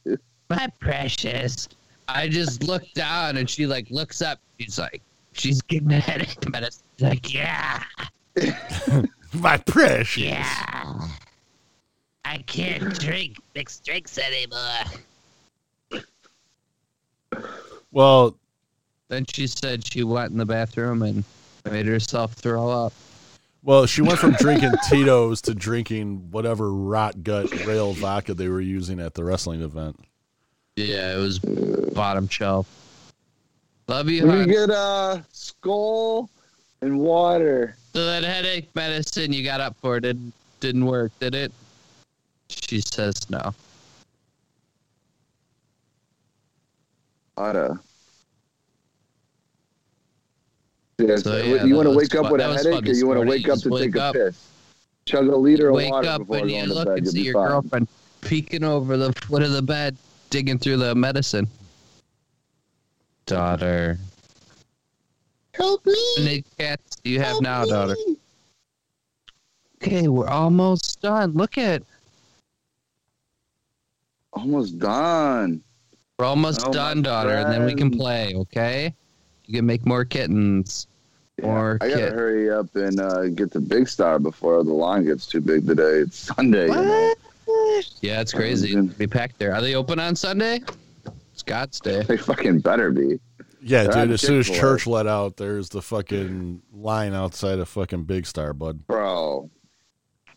Speaker 1: Rings. My precious. I just looked down and she like looks up. She's like, she's getting a headache medicine. She's Like, yeah,
Speaker 4: My precious.
Speaker 1: yeah. I can't drink mixed drinks anymore.
Speaker 4: Well,
Speaker 1: Then she said she went in the bathroom and made herself throw up.
Speaker 4: well, she went from drinking Tito's to drinking whatever rot gut rail vodka they were using at the wrestling event.
Speaker 1: Yeah, it was bottom shelf. Love you,
Speaker 5: Let
Speaker 1: hon.
Speaker 5: me get a skull and water.
Speaker 1: So that headache medicine you got up for didn't didn't work, did it? She says no.
Speaker 5: Ada. Yeah,
Speaker 1: So,
Speaker 5: so,
Speaker 1: yeah,
Speaker 5: you
Speaker 1: that
Speaker 5: want to
Speaker 1: was
Speaker 5: wake up
Speaker 1: fu-
Speaker 5: with
Speaker 1: that
Speaker 5: a
Speaker 1: was
Speaker 5: headache, or
Speaker 1: fucking
Speaker 5: you want to
Speaker 1: smart.
Speaker 5: wake
Speaker 1: You
Speaker 5: up
Speaker 1: just
Speaker 5: to
Speaker 1: wake
Speaker 5: take
Speaker 1: up.
Speaker 5: a piss? Chug a liter of
Speaker 1: Wake
Speaker 5: water
Speaker 1: up
Speaker 5: before
Speaker 1: and you
Speaker 5: going to
Speaker 1: look
Speaker 5: bed.
Speaker 1: and
Speaker 5: You'll
Speaker 1: see
Speaker 5: be
Speaker 1: your
Speaker 5: fine.
Speaker 1: girlfriend peeking over the foot of the bed, digging through the medicine. Daughter.
Speaker 5: Help me!
Speaker 1: And the cats do you have
Speaker 5: help
Speaker 1: now,
Speaker 5: me.
Speaker 1: daughter? Okay, we're almost done. Look at
Speaker 5: Almost done.
Speaker 1: we're almost
Speaker 5: Oh, my
Speaker 1: done, daughter, and then we can
Speaker 5: friend.
Speaker 1: play, okay? You can make more kittens. Or
Speaker 5: I gotta
Speaker 1: kit.
Speaker 5: hurry up and uh, get the big star before the line gets too big today. It's Sunday. You know?
Speaker 1: Yeah, it's crazy.
Speaker 5: Um,
Speaker 1: Be packed there. Are they open on Sunday? It's God's day.
Speaker 5: They fucking better be.
Speaker 4: Yeah,
Speaker 5: They're
Speaker 4: dude.
Speaker 5: on
Speaker 4: As soon as
Speaker 5: Chick-fil-A.
Speaker 4: church let out, there's the fucking line outside of fucking Big Star, bud.
Speaker 5: bro.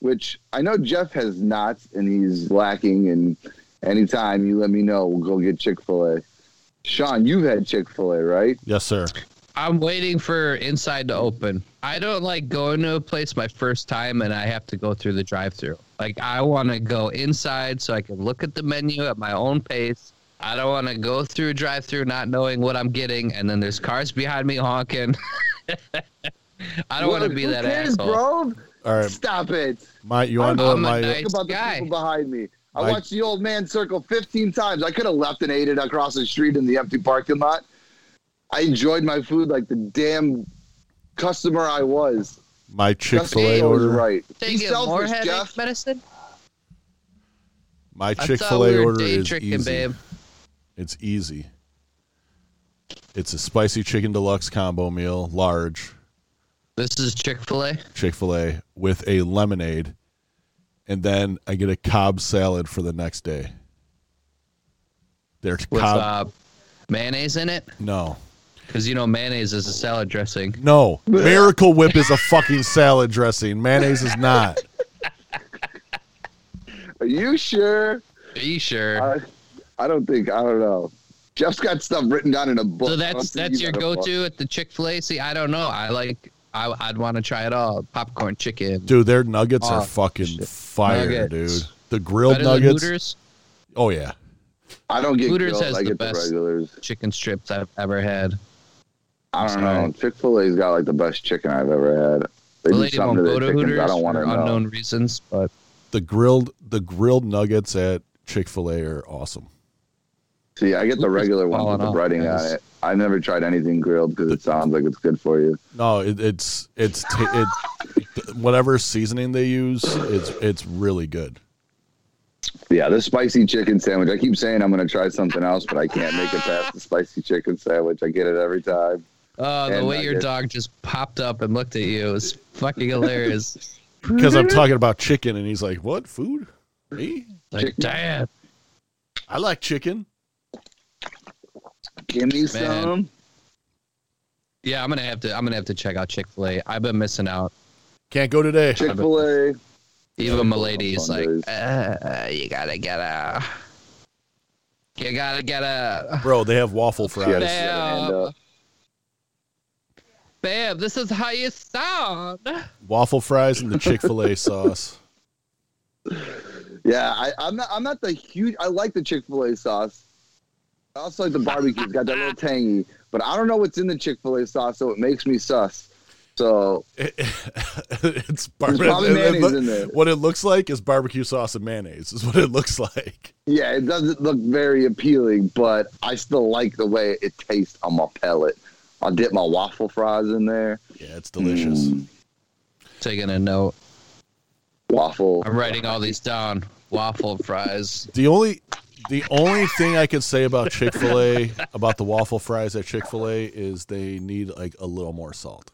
Speaker 5: Which I know Jeff has not, and he's lacking. And anytime you let me know, we'll go get Chick Fil A. Sean, you've had Chick Fil A, right?
Speaker 4: Yes, sir.
Speaker 1: I'm waiting for inside to open. I don't like going to a place my first time and I have to go through the drive through. Like I want to go inside so I can look at the menu at my own pace. I don't want to go through a drive through not knowing what I'm getting and then there's cars behind me honking. *laughs* I don't want to
Speaker 5: Look,
Speaker 1: be
Speaker 5: who
Speaker 1: that
Speaker 5: cares,
Speaker 1: asshole.
Speaker 5: bro.
Speaker 4: All right,
Speaker 5: Stop it.
Speaker 4: my you want to know
Speaker 1: I'm a
Speaker 4: my
Speaker 1: nice-
Speaker 5: Think about
Speaker 1: guy.
Speaker 5: the people behind me. I
Speaker 4: I-
Speaker 5: watched the old man circle 15 times. I could have left and ate it across the street in the empty parking lot. I enjoyed my food like the damn customer I was.
Speaker 4: my Chick Fil
Speaker 1: oh,
Speaker 4: A
Speaker 5: Customer was
Speaker 4: order?
Speaker 5: right.
Speaker 1: Take
Speaker 5: Be
Speaker 1: it more
Speaker 5: selfish,
Speaker 1: headache
Speaker 5: Jeff.
Speaker 1: medicine.
Speaker 4: My
Speaker 1: I
Speaker 4: Chick
Speaker 1: thought
Speaker 4: Fil
Speaker 1: we
Speaker 4: A
Speaker 1: were
Speaker 4: order
Speaker 1: day
Speaker 4: is
Speaker 1: tricking,
Speaker 4: easy.
Speaker 1: babe.
Speaker 4: It's easy. It's a spicy chicken deluxe combo meal, large
Speaker 1: This is Chick-fil-A.
Speaker 4: Chick Fil A with a lemonade, and then I get a Cobb salad for the next day. There's
Speaker 1: with
Speaker 4: Cobb.
Speaker 1: uh, mayonnaise in it
Speaker 4: No,
Speaker 1: because you know mayonnaise is a salad dressing.
Speaker 4: no. Miracle Whip is a fucking salad dressing. Mayonnaise is not.
Speaker 5: Are you sure?
Speaker 1: Are you sure?
Speaker 5: I, I don't think I don't know. Jeff's got stuff written down in a book.
Speaker 1: so
Speaker 5: I don't
Speaker 1: that's
Speaker 5: think
Speaker 1: that's
Speaker 5: he's
Speaker 1: your
Speaker 5: got a book.
Speaker 1: go-to at the Chick-fil-A. See, I don't know. I like. I, I'd want to try it all. Popcorn chicken.
Speaker 4: Dude, their nuggets are
Speaker 1: Oh,
Speaker 4: fucking
Speaker 1: shit.
Speaker 4: fire,
Speaker 1: Nuggets.
Speaker 4: dude. The grilled
Speaker 1: Better
Speaker 4: nuggets.
Speaker 1: than Hooters
Speaker 4: Oh yeah.
Speaker 5: I don't get
Speaker 1: Hooters
Speaker 5: grilled.
Speaker 1: has
Speaker 5: I
Speaker 1: the
Speaker 5: get
Speaker 1: best.
Speaker 5: the regulars.
Speaker 1: chicken strips I've ever had.
Speaker 5: I don't
Speaker 1: Sorry.
Speaker 5: know. Chick Fil A's got like the best chicken I've ever had.
Speaker 1: The
Speaker 5: They do
Speaker 1: lady won't
Speaker 5: something to
Speaker 1: go
Speaker 5: their
Speaker 1: to
Speaker 5: chickens.
Speaker 1: Hooters
Speaker 5: I don't
Speaker 1: for
Speaker 5: want to know.
Speaker 1: unknown reasons, but
Speaker 4: The grilled the grilled nuggets at Chick fil A are awesome.
Speaker 5: See, I get the
Speaker 1: Hooters
Speaker 5: regular
Speaker 1: is
Speaker 5: one with
Speaker 1: falling
Speaker 5: the
Speaker 1: off,
Speaker 5: breading
Speaker 1: guys.
Speaker 5: on it. I've never tried anything grilled because it sounds like it's good for you.
Speaker 4: No, it, it's it's ta- it whatever seasoning they use, it's it's really good.
Speaker 5: Yeah, the spicy chicken sandwich. I keep saying I'm going to try something else, but I can't make it past the spicy chicken sandwich. I get it every time.
Speaker 1: uh, the
Speaker 5: And
Speaker 1: way your
Speaker 5: nuggets.
Speaker 1: dog just popped up and looked at you is fucking
Speaker 5: *laughs*
Speaker 1: hilarious.
Speaker 4: Because I'm talking about chicken and he's like, What? Food? Me?
Speaker 1: like, damn,
Speaker 4: I like chicken.
Speaker 5: Give me some.
Speaker 1: yeah, I'm gonna have to. I'm gonna have to check out Chick-fil-A. I've been missing out.
Speaker 4: Can't go today.
Speaker 5: Chick Fil A.
Speaker 1: Even Milady's like,
Speaker 5: Sundays.
Speaker 1: uh, you gotta get a, you gotta get a,
Speaker 4: Bro, they have waffle
Speaker 5: Yeah,
Speaker 4: fries.
Speaker 1: Damn. babe. This is how you sound.
Speaker 4: Waffle fries and the Chick fil A sauce.
Speaker 5: Yeah, I, I'm not. I'm not the huge. I like the Chick Fil A sauce. I also like the barbecue. It's got that little tangy, but I don't know what's in the Chick Fil A sauce, so it makes me sus. So
Speaker 4: *laughs* it's
Speaker 5: there's
Speaker 4: barbecue.
Speaker 5: probably mayonnaise in there.
Speaker 4: What it looks like is barbecue sauce and mayonnaise, is what it looks like.
Speaker 5: Yeah, it doesn't look very appealing, but I still like the way it tastes on my palate. I'll dip my waffle fries in there.
Speaker 4: Yeah, it's delicious.
Speaker 5: Mm,
Speaker 1: Taking a note.
Speaker 5: waffle.
Speaker 1: I'm writing all these down. Waffle
Speaker 5: *laughs*
Speaker 1: fries.
Speaker 4: The only the only thing I could say about Chick fil A about the waffle fries at Chick fil A is they need like a little more salt.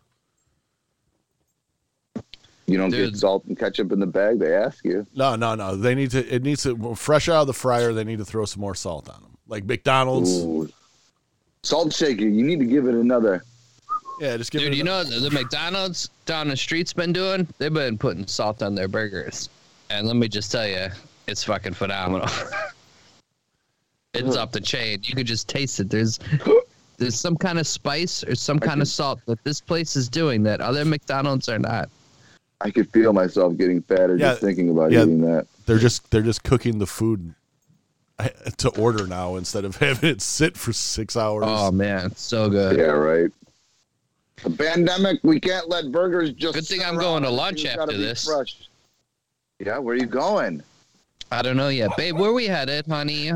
Speaker 5: You don't
Speaker 1: Dude.
Speaker 5: get salt and ketchup in the bag. They ask you.
Speaker 4: No, no, no. They need to it needs to fresh out of the fryer, they need to throw some more salt on them. Like McDonald's.
Speaker 5: Ooh. Salt shaker. You need to give it another.
Speaker 4: Yeah, just give
Speaker 1: Dude,
Speaker 4: it
Speaker 1: you
Speaker 4: a-
Speaker 1: know what the McDonald's down the street's been doing? They've been putting salt on their burgers. And let me just tell you, it's fucking phenomenal. *laughs* it's up the chain. You could just taste it. There's there's some kind of spice or some kind of salt that this place is doing that other McDonald's are not.
Speaker 5: I could feel myself getting fatter
Speaker 4: Yeah,
Speaker 5: just thinking about
Speaker 4: yeah.
Speaker 5: eating that.
Speaker 4: they're just they're just cooking the food eh, to order now instead of *laughs* having it sit for six hours.
Speaker 1: Oh
Speaker 5: Um,
Speaker 1: man, it's so good.
Speaker 5: Yeah, right. The pandemic, we can't let burgers just.
Speaker 1: Good thing
Speaker 5: sit
Speaker 1: I'm
Speaker 5: around.
Speaker 1: going to lunch
Speaker 5: Everything's
Speaker 1: after
Speaker 5: gotta be
Speaker 1: this.
Speaker 5: fresh. Yeah, where you going,
Speaker 1: I don't know yet, babe. Where we headed, honey?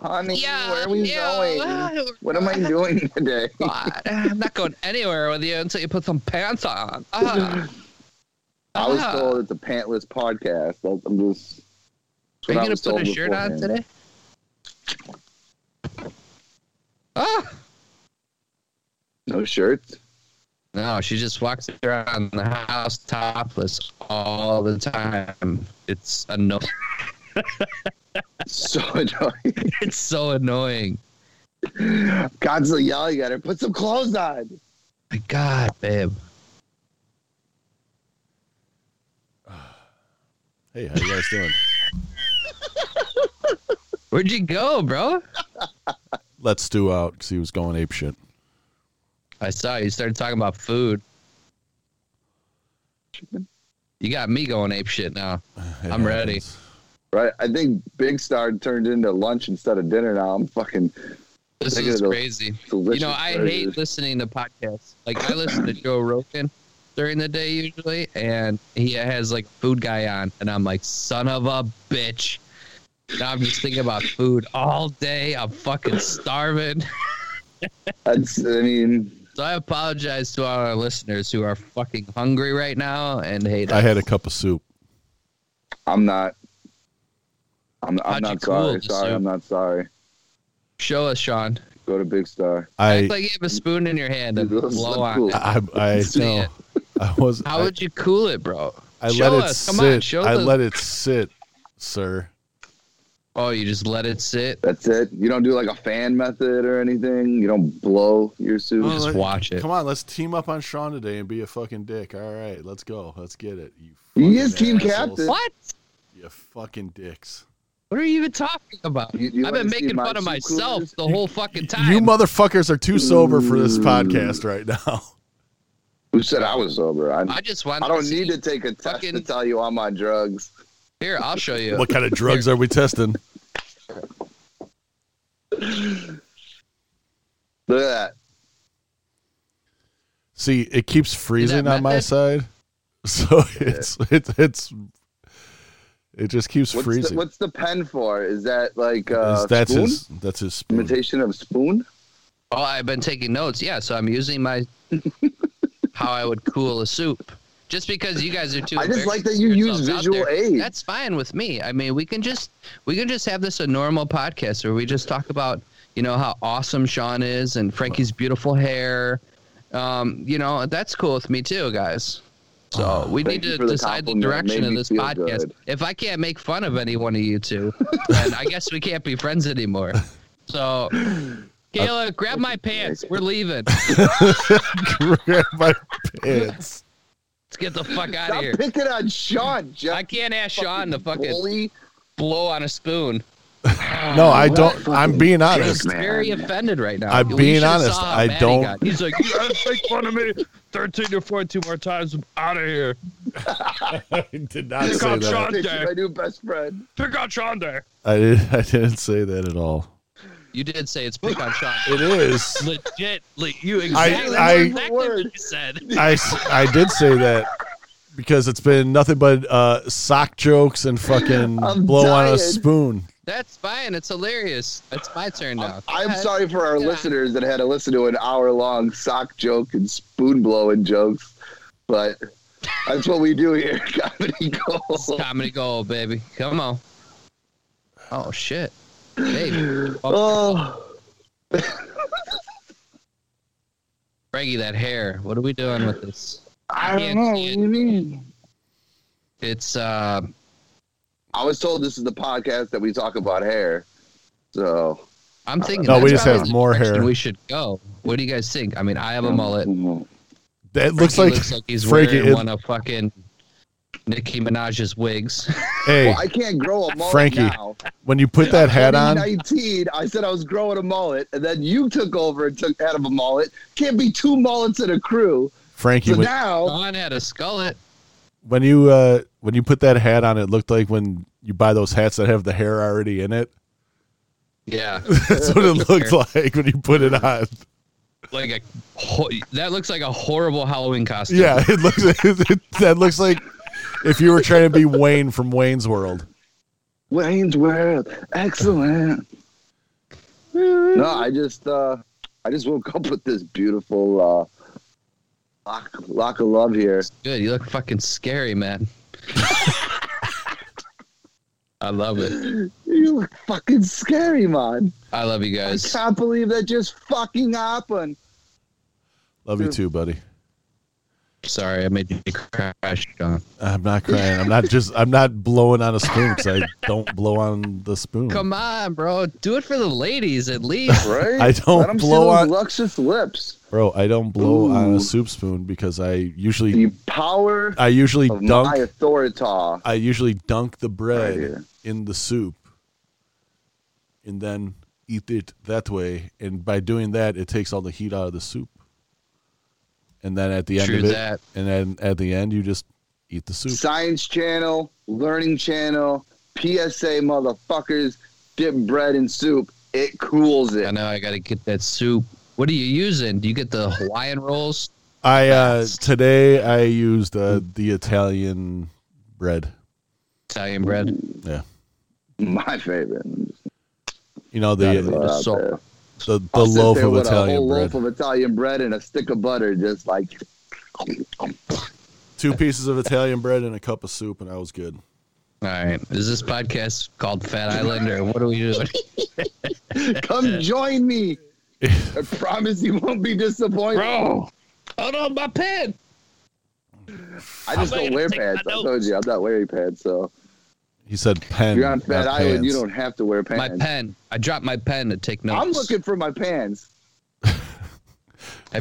Speaker 5: honey? where are we going? What am I doing
Speaker 1: *laughs*
Speaker 5: today?
Speaker 1: God, I'm not going anywhere with you until you put some pants on. Ah.
Speaker 5: I was
Speaker 1: Ah.
Speaker 5: told it's a pantless podcast. That- I'm just. that's
Speaker 1: Are you
Speaker 5: what I
Speaker 1: gonna
Speaker 5: was
Speaker 1: put a
Speaker 5: told
Speaker 1: shirt on
Speaker 5: beforehand.
Speaker 1: today? Ah.
Speaker 5: No shirts. *laughs*
Speaker 1: No, she just walks around the house topless all the time. It's anno- *laughs*
Speaker 5: So annoying.
Speaker 1: It's so annoying.
Speaker 5: Constantly yelling at her. Put some clothes on.
Speaker 1: My God, babe.
Speaker 4: Hey, how you guys doing?
Speaker 1: Where'd you go, bro?
Speaker 4: Let Stu out because he was going ape shit.
Speaker 1: I saw you started talking about food. You got me going ape shit now. I'm ready.
Speaker 5: Right. I think Big Star turned into lunch instead of dinner. Now I'm fucking
Speaker 1: This
Speaker 5: Look
Speaker 1: is
Speaker 5: at those
Speaker 1: crazy.
Speaker 5: delicious.
Speaker 1: You know, I
Speaker 5: burgers.
Speaker 1: hate listening to podcasts. Like
Speaker 4: *clears throat*
Speaker 1: I listen to Joe Rogan during the day usually, and he has like food guy on, and I'm like, son of a bitch. Now I'm just thinking about food all day. I'm fucking starving. *laughs*
Speaker 5: That's. I mean,
Speaker 1: So I apologize to all our listeners who are fucking hungry right now and hate.
Speaker 4: I
Speaker 1: us.
Speaker 4: had a cup of soup.
Speaker 5: I'm not. I'm,
Speaker 1: How'd
Speaker 5: I'm
Speaker 1: you
Speaker 5: not
Speaker 1: cool
Speaker 5: sorry.
Speaker 1: the
Speaker 5: Sorry,
Speaker 1: soup?
Speaker 5: I'm not sorry.
Speaker 1: Show us, Sean.
Speaker 5: Go to Big Star.
Speaker 4: I
Speaker 1: It's like you have a spoon in your hand and
Speaker 5: Dude, this is
Speaker 1: blow
Speaker 5: not
Speaker 1: on.
Speaker 5: cool.
Speaker 1: it.
Speaker 4: I I
Speaker 1: *laughs* See
Speaker 4: no,
Speaker 1: it.
Speaker 4: I was
Speaker 1: How
Speaker 4: I,
Speaker 1: would you cool it, bro?
Speaker 4: I
Speaker 1: show
Speaker 4: let it
Speaker 1: us.
Speaker 4: sit.
Speaker 1: Come on, show
Speaker 4: I
Speaker 1: the-
Speaker 4: let it sit, sir.
Speaker 1: Oh, you just let it sit.
Speaker 5: That's it. You don't do like a fan method or anything. You don't blow your soup.
Speaker 1: Just
Speaker 4: let-
Speaker 1: watch it.
Speaker 4: Come on, let's team up on Sean today and be a fucking dick. All right, let's go. Let's get it. You
Speaker 5: He
Speaker 4: fucking
Speaker 5: is team
Speaker 4: assholes.
Speaker 5: captain.
Speaker 1: What?
Speaker 4: You fucking dicks.
Speaker 1: What are you even talking about?
Speaker 5: You- you
Speaker 1: I've
Speaker 5: wanna
Speaker 1: been
Speaker 5: see
Speaker 1: making
Speaker 5: my
Speaker 1: fun of
Speaker 5: soup
Speaker 1: myself
Speaker 5: coolers?
Speaker 1: the whole fucking time.
Speaker 4: You motherfuckers are too sober for this podcast right now.
Speaker 5: Who said I was sober? I'm,
Speaker 1: I just want.
Speaker 5: I don't need to take a test to
Speaker 1: fucking-
Speaker 5: tell you I'm on drugs.
Speaker 1: Here, I'll show
Speaker 5: *laughs*
Speaker 1: you.
Speaker 4: What kind of drugs are we testing?
Speaker 5: Look at that.
Speaker 4: See, it keeps freezing on my
Speaker 1: method?
Speaker 4: side, *laughs* so it's it's it's it just keeps
Speaker 5: What's
Speaker 4: freezing.
Speaker 5: the, what's the pen for? Is that like uh,
Speaker 4: Is- that's
Speaker 5: spoon?
Speaker 4: his that's his spoon. *laughs*
Speaker 5: imitation of spoon?
Speaker 1: Oh, I've been taking notes. Yeah, so I'm using
Speaker 5: *laughs*
Speaker 1: my how I would cool a soup. Just because you guys are too.
Speaker 5: I just
Speaker 1: embarrassed
Speaker 5: like that you
Speaker 1: of
Speaker 5: use
Speaker 1: yourselves out
Speaker 5: visual
Speaker 1: there,
Speaker 5: aids.
Speaker 1: That's fine with me. I mean, we can just we can just have this a normal podcast where we just talk about you know how awesome Sean is and Frankie's beautiful hair. Um, you know that's cool with me too, guys. So we
Speaker 5: Ah, Thank
Speaker 1: need
Speaker 5: you
Speaker 1: to
Speaker 5: for the
Speaker 1: decide the
Speaker 5: compliment.
Speaker 1: direction
Speaker 5: Made
Speaker 1: of
Speaker 5: me
Speaker 1: this
Speaker 5: feel
Speaker 1: podcast.
Speaker 5: good.
Speaker 1: If I can't make fun of any one of you
Speaker 5: *laughs*
Speaker 1: two, then I guess we can't be friends anymore. So, Kayla, grab my pants. We're leaving.
Speaker 4: Grab my pants.
Speaker 1: Let's get the fuck out of
Speaker 5: Stop
Speaker 1: here.
Speaker 5: picking on Sean. Jeff,
Speaker 1: I can't ask Sean to fucking
Speaker 5: bully.
Speaker 1: blow on a spoon.
Speaker 4: No, I don't. I'm being honest.
Speaker 1: He's very offended right now.
Speaker 4: I'm
Speaker 1: We
Speaker 4: being
Speaker 1: should've
Speaker 4: honest.
Speaker 1: saw how
Speaker 4: I
Speaker 1: mad he
Speaker 4: don't-
Speaker 1: got. He's like, you guys make fun of me 13 or 42 more times. I'm out of here.
Speaker 4: *laughs* I did not
Speaker 5: Pick
Speaker 4: say
Speaker 5: on
Speaker 4: that.
Speaker 5: Sean Day. My new best friend.
Speaker 1: Pick on Sean there.
Speaker 4: I did. I didn't say that at all.
Speaker 1: You did say it's pick on
Speaker 5: *laughs*
Speaker 1: Sean.
Speaker 4: It is.
Speaker 1: Legit, like, you
Speaker 4: I-
Speaker 1: exactly,
Speaker 4: I-
Speaker 1: exactly what
Speaker 5: Word.
Speaker 1: you said.
Speaker 4: *laughs* I, s- I did say that because it's been nothing but uh, sock jokes and fucking
Speaker 5: *laughs* I'm
Speaker 4: blow on a
Speaker 5: dying.
Speaker 4: spoon.
Speaker 1: That's fine. It's hilarious. It's my turn now. Go
Speaker 5: I'm
Speaker 1: ahead.
Speaker 5: sorry for our
Speaker 1: Yeah.
Speaker 5: listeners that had to listen to an hour long sock joke and spoon blowing jokes, but that's what we do here. at Comedy gold.
Speaker 1: Comedy gold, baby. Come on. Oh shit, baby. Oh,
Speaker 5: Oh,
Speaker 1: Frankie, that hair. What are we doing with this?
Speaker 5: I
Speaker 1: Yeah,
Speaker 5: don't know. What do
Speaker 1: yeah.
Speaker 5: you mean?
Speaker 1: It's uh,
Speaker 5: I was told this is the podcast that we talk about hair. So
Speaker 1: I'm thinking.
Speaker 4: No, we just
Speaker 1: that's probably
Speaker 4: have
Speaker 1: the
Speaker 4: more
Speaker 1: direction
Speaker 4: hair.
Speaker 1: We should go. What do you guys think? I mean, I have a mullet.
Speaker 4: That looks
Speaker 1: Frankie
Speaker 4: like,
Speaker 1: looks like he's
Speaker 4: Frankie,
Speaker 1: wearing
Speaker 4: it-
Speaker 1: one of fucking Nicki Minaj's *laughs* wigs.
Speaker 4: hey,
Speaker 5: Well, I can't grow a mullet
Speaker 4: Frankie,
Speaker 5: now.
Speaker 4: when you put that hat on,
Speaker 5: 2019, I said I was growing a mullet, and then you took over and took out of a mullet. Can't be two mullets in a crew.
Speaker 4: Frankie,
Speaker 5: So
Speaker 4: when,
Speaker 5: now,
Speaker 1: Sean had a skullet.
Speaker 4: when you uh, when you put that hat on, it *laughs* looked like when you buy those hats that have the hair already in it.
Speaker 1: Yeah,
Speaker 4: That's what it looked like when you put it
Speaker 5: *laughs*
Speaker 4: on.
Speaker 1: like a ho- that looks like a horrible Halloween costume.
Speaker 4: Yeah, it looks. *laughs* that looks like if you were trying to be Wayne from Wayne's World.
Speaker 5: Wayne's World, excellent. no, I just uh, I just woke up with this beautiful uh, lock lock of love here.
Speaker 1: good. You look fucking scary, man. *laughs* I love it.
Speaker 5: You look fucking scary, man.
Speaker 1: I love you
Speaker 5: I
Speaker 1: guys.
Speaker 5: can't believe that just fucking happened.
Speaker 4: Love you too, buddy.
Speaker 1: Sorry, I made you crash, John.
Speaker 4: I'm not crying. I'm not just. I'm not blowing on a spoon because I don't blow on the spoon.
Speaker 1: Come on, bro. Do it for the ladies at least.
Speaker 5: Right?
Speaker 4: I don't
Speaker 5: Let 'em see
Speaker 4: blow
Speaker 5: those
Speaker 4: on-
Speaker 5: Luxus lips.
Speaker 4: Bro, I don't blow on
Speaker 5: Ooh.
Speaker 4: a soup spoon because I usually.
Speaker 5: The power
Speaker 4: I usually
Speaker 5: of
Speaker 4: dunk.
Speaker 5: my authority.
Speaker 4: I usually dunk the bread
Speaker 5: Right here.
Speaker 4: in the soup and then eat it that way. And by doing that, it takes all the heat out of the soup. And then at the end
Speaker 1: True
Speaker 4: of it,
Speaker 1: that.
Speaker 4: and then at the end, you just eat the soup.
Speaker 5: Science Channel, Learning Channel, PSA motherfuckers, dip bread in soup. It cools
Speaker 1: I
Speaker 5: it.
Speaker 1: know I got to get that soup. What are you using? Do you get the Hawaiian rolls?
Speaker 4: I uh, today I used uh, the Italian bread.
Speaker 1: Italian bread?
Speaker 4: Yeah,
Speaker 5: My favorite.
Speaker 4: you know
Speaker 1: Gotta
Speaker 4: the
Speaker 1: love
Speaker 5: Out
Speaker 1: The salt.
Speaker 5: there.
Speaker 4: the, the
Speaker 5: I'll sit
Speaker 4: loaf
Speaker 5: there
Speaker 4: of
Speaker 5: with a
Speaker 4: Italian
Speaker 5: whole
Speaker 4: bread.
Speaker 5: loaf of Italian bread and a stick of butter, just like
Speaker 4: *laughs* Two pieces of Italian bread and a cup of soup, and I was good. *laughs*
Speaker 1: All right. Is this podcast called Fat Island or what are we doing? *laughs*
Speaker 5: come join me. I promise you won't be disappointed.
Speaker 1: Bro, hold on my pen.
Speaker 5: I just don't wear pants. I told you I'm not wearing pants. So
Speaker 4: He said pen.
Speaker 5: if you're on
Speaker 4: not
Speaker 5: Fat Island, you
Speaker 4: pans.
Speaker 5: don't have to wear
Speaker 1: My
Speaker 5: pants.
Speaker 1: pen. I dropped my pen to take notes.
Speaker 5: I'm looking for my pants.
Speaker 1: Have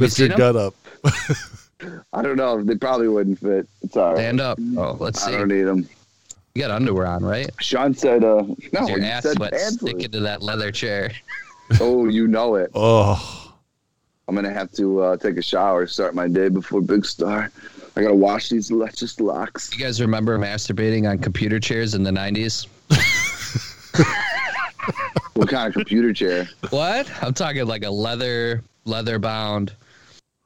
Speaker 1: you
Speaker 4: lift
Speaker 1: seen
Speaker 4: your
Speaker 1: them?
Speaker 4: gut up.
Speaker 5: I don't know. They probably wouldn't fit. It's all right.
Speaker 1: Stand up. Oh, let's
Speaker 5: I
Speaker 1: see.
Speaker 5: don't need them.
Speaker 1: You got underwear on, right?
Speaker 5: Sean said, uh, no,
Speaker 1: Your
Speaker 5: he
Speaker 1: ass
Speaker 5: said
Speaker 1: sweat
Speaker 5: pants.
Speaker 1: sticking to that leather chair.
Speaker 5: Oh, you know it.
Speaker 4: Oh.
Speaker 5: I'm going to have to uh, take a shower, start my day before Big Star. I got to wash these luscious locks.
Speaker 1: You guys remember masturbating on computer chairs in the 90s?
Speaker 5: What kind of
Speaker 1: *laughs*
Speaker 5: computer chair?
Speaker 1: What? I'm talking like a leather, leather bound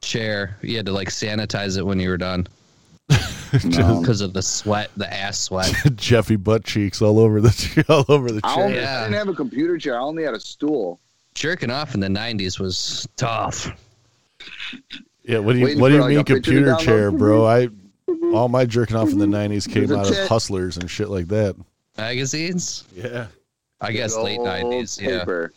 Speaker 1: chair. You had to like sanitize it when you were done *laughs*
Speaker 5: No.
Speaker 1: because of the sweat, the ass sweat. *laughs*
Speaker 4: Jeffy butt cheeks all over the *laughs* all over the
Speaker 5: I,
Speaker 4: chair.
Speaker 5: only, I
Speaker 1: Yeah.
Speaker 5: didn't have a computer chair. I only had a stool.
Speaker 1: Jerking off in the 90s was tough.
Speaker 4: Yeah, what do you
Speaker 5: Waiting
Speaker 4: what do
Speaker 5: for,
Speaker 4: you
Speaker 5: like,
Speaker 4: mean
Speaker 5: a picture to
Speaker 4: computer
Speaker 5: download
Speaker 4: chair,
Speaker 5: from
Speaker 4: bro? I all my jerking off in the '90s came
Speaker 5: There's a
Speaker 4: out of
Speaker 5: tit.
Speaker 4: hustlers and shit like that.
Speaker 1: Magazines?
Speaker 4: Yeah,
Speaker 1: I guess
Speaker 5: Good
Speaker 1: late
Speaker 5: old
Speaker 1: 90s. Yeah, it
Speaker 5: Paper.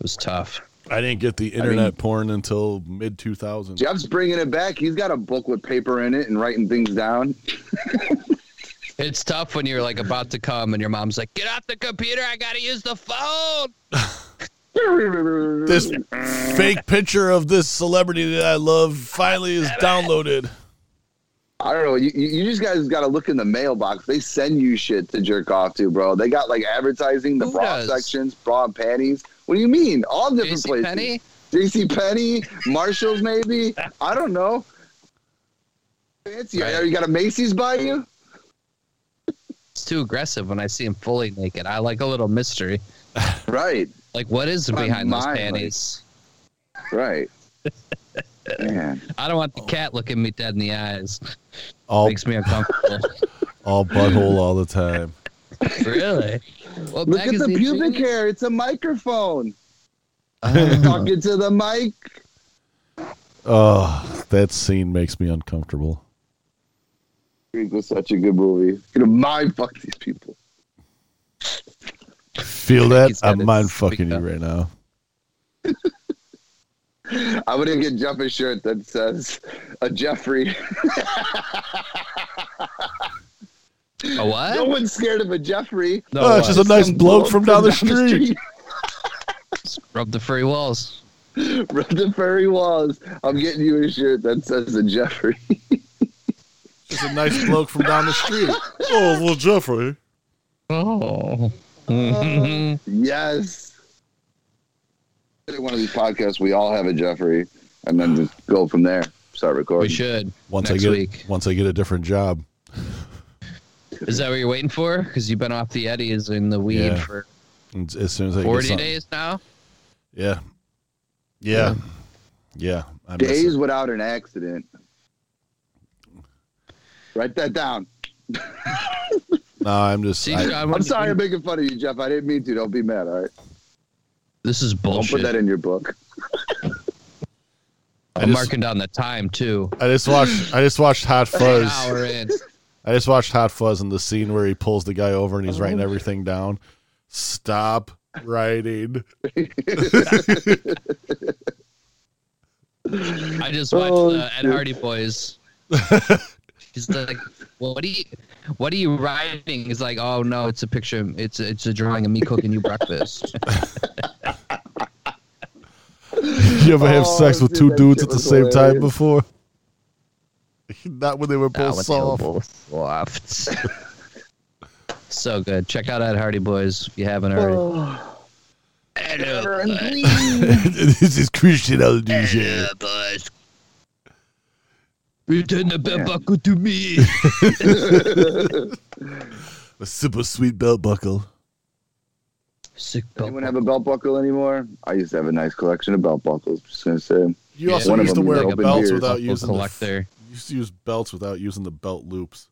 Speaker 1: was tough.
Speaker 4: I didn't get the internet porn until mid 2000s.
Speaker 5: Jeff's bringing it back. He's got a book with paper in it and writing things down.
Speaker 1: It's tough when you're like about to come and your mom's like, "Get off the computer! I gotta use the phone."
Speaker 4: This fake picture of this celebrity that I love finally is downloaded.
Speaker 5: I don't know. You, you you just guys got to look in the mailbox. They send you shit to jerk off to, bro. They got like advertising, the
Speaker 1: Who
Speaker 5: bra
Speaker 1: does?
Speaker 5: sections, bra and panties. What do you mean? All different places.
Speaker 1: Penny,
Speaker 5: JC Penny, Marshalls,
Speaker 1: *laughs*
Speaker 5: maybe. I don't know. Fancy.
Speaker 1: Right.
Speaker 5: You got a Macy's by you?
Speaker 1: it's too aggressive when I see him fully naked. I like a little mystery.
Speaker 5: Right,
Speaker 1: Like, what is
Speaker 5: Not
Speaker 1: behind those
Speaker 5: mine,
Speaker 1: panties?
Speaker 5: right. Man.
Speaker 1: I don't want the cat looking me dead in the eyes.
Speaker 4: All
Speaker 1: Makes me uncomfortable.
Speaker 4: all butthole all the time.
Speaker 1: really? Well,
Speaker 5: Look at the
Speaker 1: magazine
Speaker 5: pubic
Speaker 1: too?
Speaker 5: hair. It's
Speaker 4: *laughs*
Speaker 5: a microphone. Talking to the mic.
Speaker 4: Oh, that scene makes me uncomfortable.
Speaker 5: Creek was such a good movie. You know, mind fuck these people.
Speaker 4: Feel that?
Speaker 1: He's got
Speaker 4: I'm
Speaker 1: it
Speaker 4: mind fucking
Speaker 1: speaked
Speaker 4: you
Speaker 1: up.
Speaker 4: right now.
Speaker 5: I wouldn't get Jeff a shirt that says a Jeffrey.
Speaker 1: A what?
Speaker 5: no one's scared of a Jeffrey.
Speaker 1: No,
Speaker 4: Oh, it's
Speaker 1: what?
Speaker 4: just a nice
Speaker 5: Some
Speaker 4: bloke from down the street.
Speaker 1: rub the furry walls.
Speaker 5: street. *laughs* Rub the furry walls. I'm getting you a shirt that says a Jeffrey. *laughs*
Speaker 4: Just a nice bloke from down the street. Oh, well, Jeffrey.
Speaker 1: Oh.
Speaker 5: Yes. In One of these podcasts, we all have a Jeffrey, and then just go from there. Start recording.
Speaker 1: we should
Speaker 4: Once
Speaker 1: next
Speaker 4: I get
Speaker 1: week.
Speaker 4: once I get a different job.
Speaker 1: Is that what you're waiting for? Because you've been off the eddies and the weed
Speaker 4: Yeah.
Speaker 1: for
Speaker 4: And as soon as I
Speaker 1: Forty
Speaker 4: get some-
Speaker 1: days now.
Speaker 4: Yeah. Yeah. Yeah. I miss
Speaker 5: Days
Speaker 4: it.
Speaker 5: without an accident. Write that down.
Speaker 4: No, I'm just
Speaker 1: See,
Speaker 4: I,
Speaker 1: John,
Speaker 5: I'm
Speaker 1: when-
Speaker 5: sorry I'm making fun of you, Jeff. I didn't mean to. Don't be mad, all right?
Speaker 1: This is
Speaker 5: Don't
Speaker 1: bullshit.
Speaker 5: put that in your book.
Speaker 1: I'm
Speaker 4: just-
Speaker 1: marking down the time too.
Speaker 4: I just watched I just watched Hot
Speaker 1: An
Speaker 4: Fuzz.
Speaker 1: hour in.
Speaker 4: I just watched Hot Fuzz in the scene where he pulls the guy over and he's writing everything down. Stop writing.
Speaker 1: I just watched
Speaker 5: Oh,
Speaker 1: uh, Ed
Speaker 5: shit.
Speaker 1: Hardy Boys. He's like, well, "What are you, what are you writing?" He's like, "Oh no, it's a picture. It's a, it's a drawing of me cooking you breakfast."
Speaker 4: *laughs* You ever have
Speaker 5: Oh,
Speaker 4: sex with
Speaker 5: dude,
Speaker 4: two
Speaker 5: that
Speaker 4: dudes
Speaker 5: shit
Speaker 4: at the
Speaker 5: was
Speaker 4: same time
Speaker 5: hilarious.
Speaker 4: before? *laughs* Not when they were both soft.
Speaker 1: Soft. so good. Check out Ed Hardy Boys if you haven't already.
Speaker 5: Aaron,
Speaker 1: Ed *laughs*
Speaker 4: *laughs*
Speaker 5: please.
Speaker 4: this is Christian Alduger.
Speaker 1: Hardy Boys. Return the belt buckle to me.
Speaker 4: A super sweet belt buckle.
Speaker 1: Sick belt
Speaker 5: Anyone have a belt buckle anymore? I used to have a nice collection of belt buckles. Just gonna say,
Speaker 4: You
Speaker 1: Yeah,
Speaker 4: also
Speaker 5: one of
Speaker 4: used to
Speaker 5: them
Speaker 4: wear
Speaker 5: is open
Speaker 4: belts
Speaker 5: beard.
Speaker 4: without
Speaker 1: buckle
Speaker 4: using the,
Speaker 1: collector.
Speaker 4: you used to use belts without using the belt loops.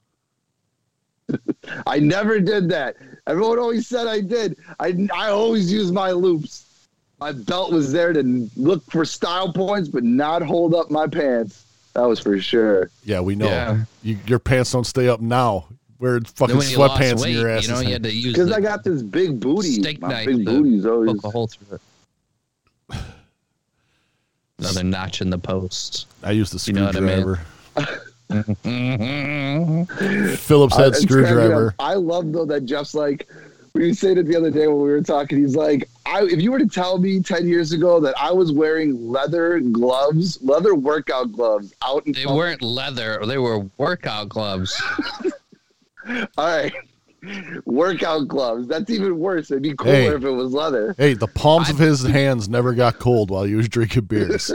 Speaker 5: I never did that. Everyone always said I did. I I always used my loops. My belt was there to look for style points, but not hold up my pants. That was for sure.
Speaker 4: Yeah, we know.
Speaker 1: Yeah.
Speaker 4: You, your pants don't stay up now. Wearing fucking
Speaker 1: Then when you lost
Speaker 4: sweatpants
Speaker 1: weight,
Speaker 4: in your ass.
Speaker 1: you know, you had to use
Speaker 5: Because
Speaker 1: the-
Speaker 5: I got this big booty.
Speaker 1: Steak
Speaker 5: my
Speaker 1: knife to
Speaker 5: big booty's always.
Speaker 1: poke a hole through it. Another notch in the post.
Speaker 4: I used the
Speaker 1: You know what I mean?
Speaker 5: *laughs*
Speaker 4: screwdriver.
Speaker 1: Mhm.
Speaker 4: Phillips
Speaker 5: I-
Speaker 4: head
Speaker 5: it's crazy
Speaker 4: screwdriver.
Speaker 5: enough. I love though that Jeff's like. We said it the other day when we were talking. He's like, I, if you were to tell me ten years ago that I was wearing leather gloves, leather workout gloves, out in
Speaker 1: They
Speaker 5: public-
Speaker 1: weren't leather; they were workout gloves.
Speaker 5: *laughs* All right. Workout gloves. That's even worse. It'd be cooler
Speaker 4: Hey.
Speaker 5: if it was leather.
Speaker 4: Hey, the palms of his hands never got cold while he was drinking
Speaker 5: *laughs*
Speaker 4: beers.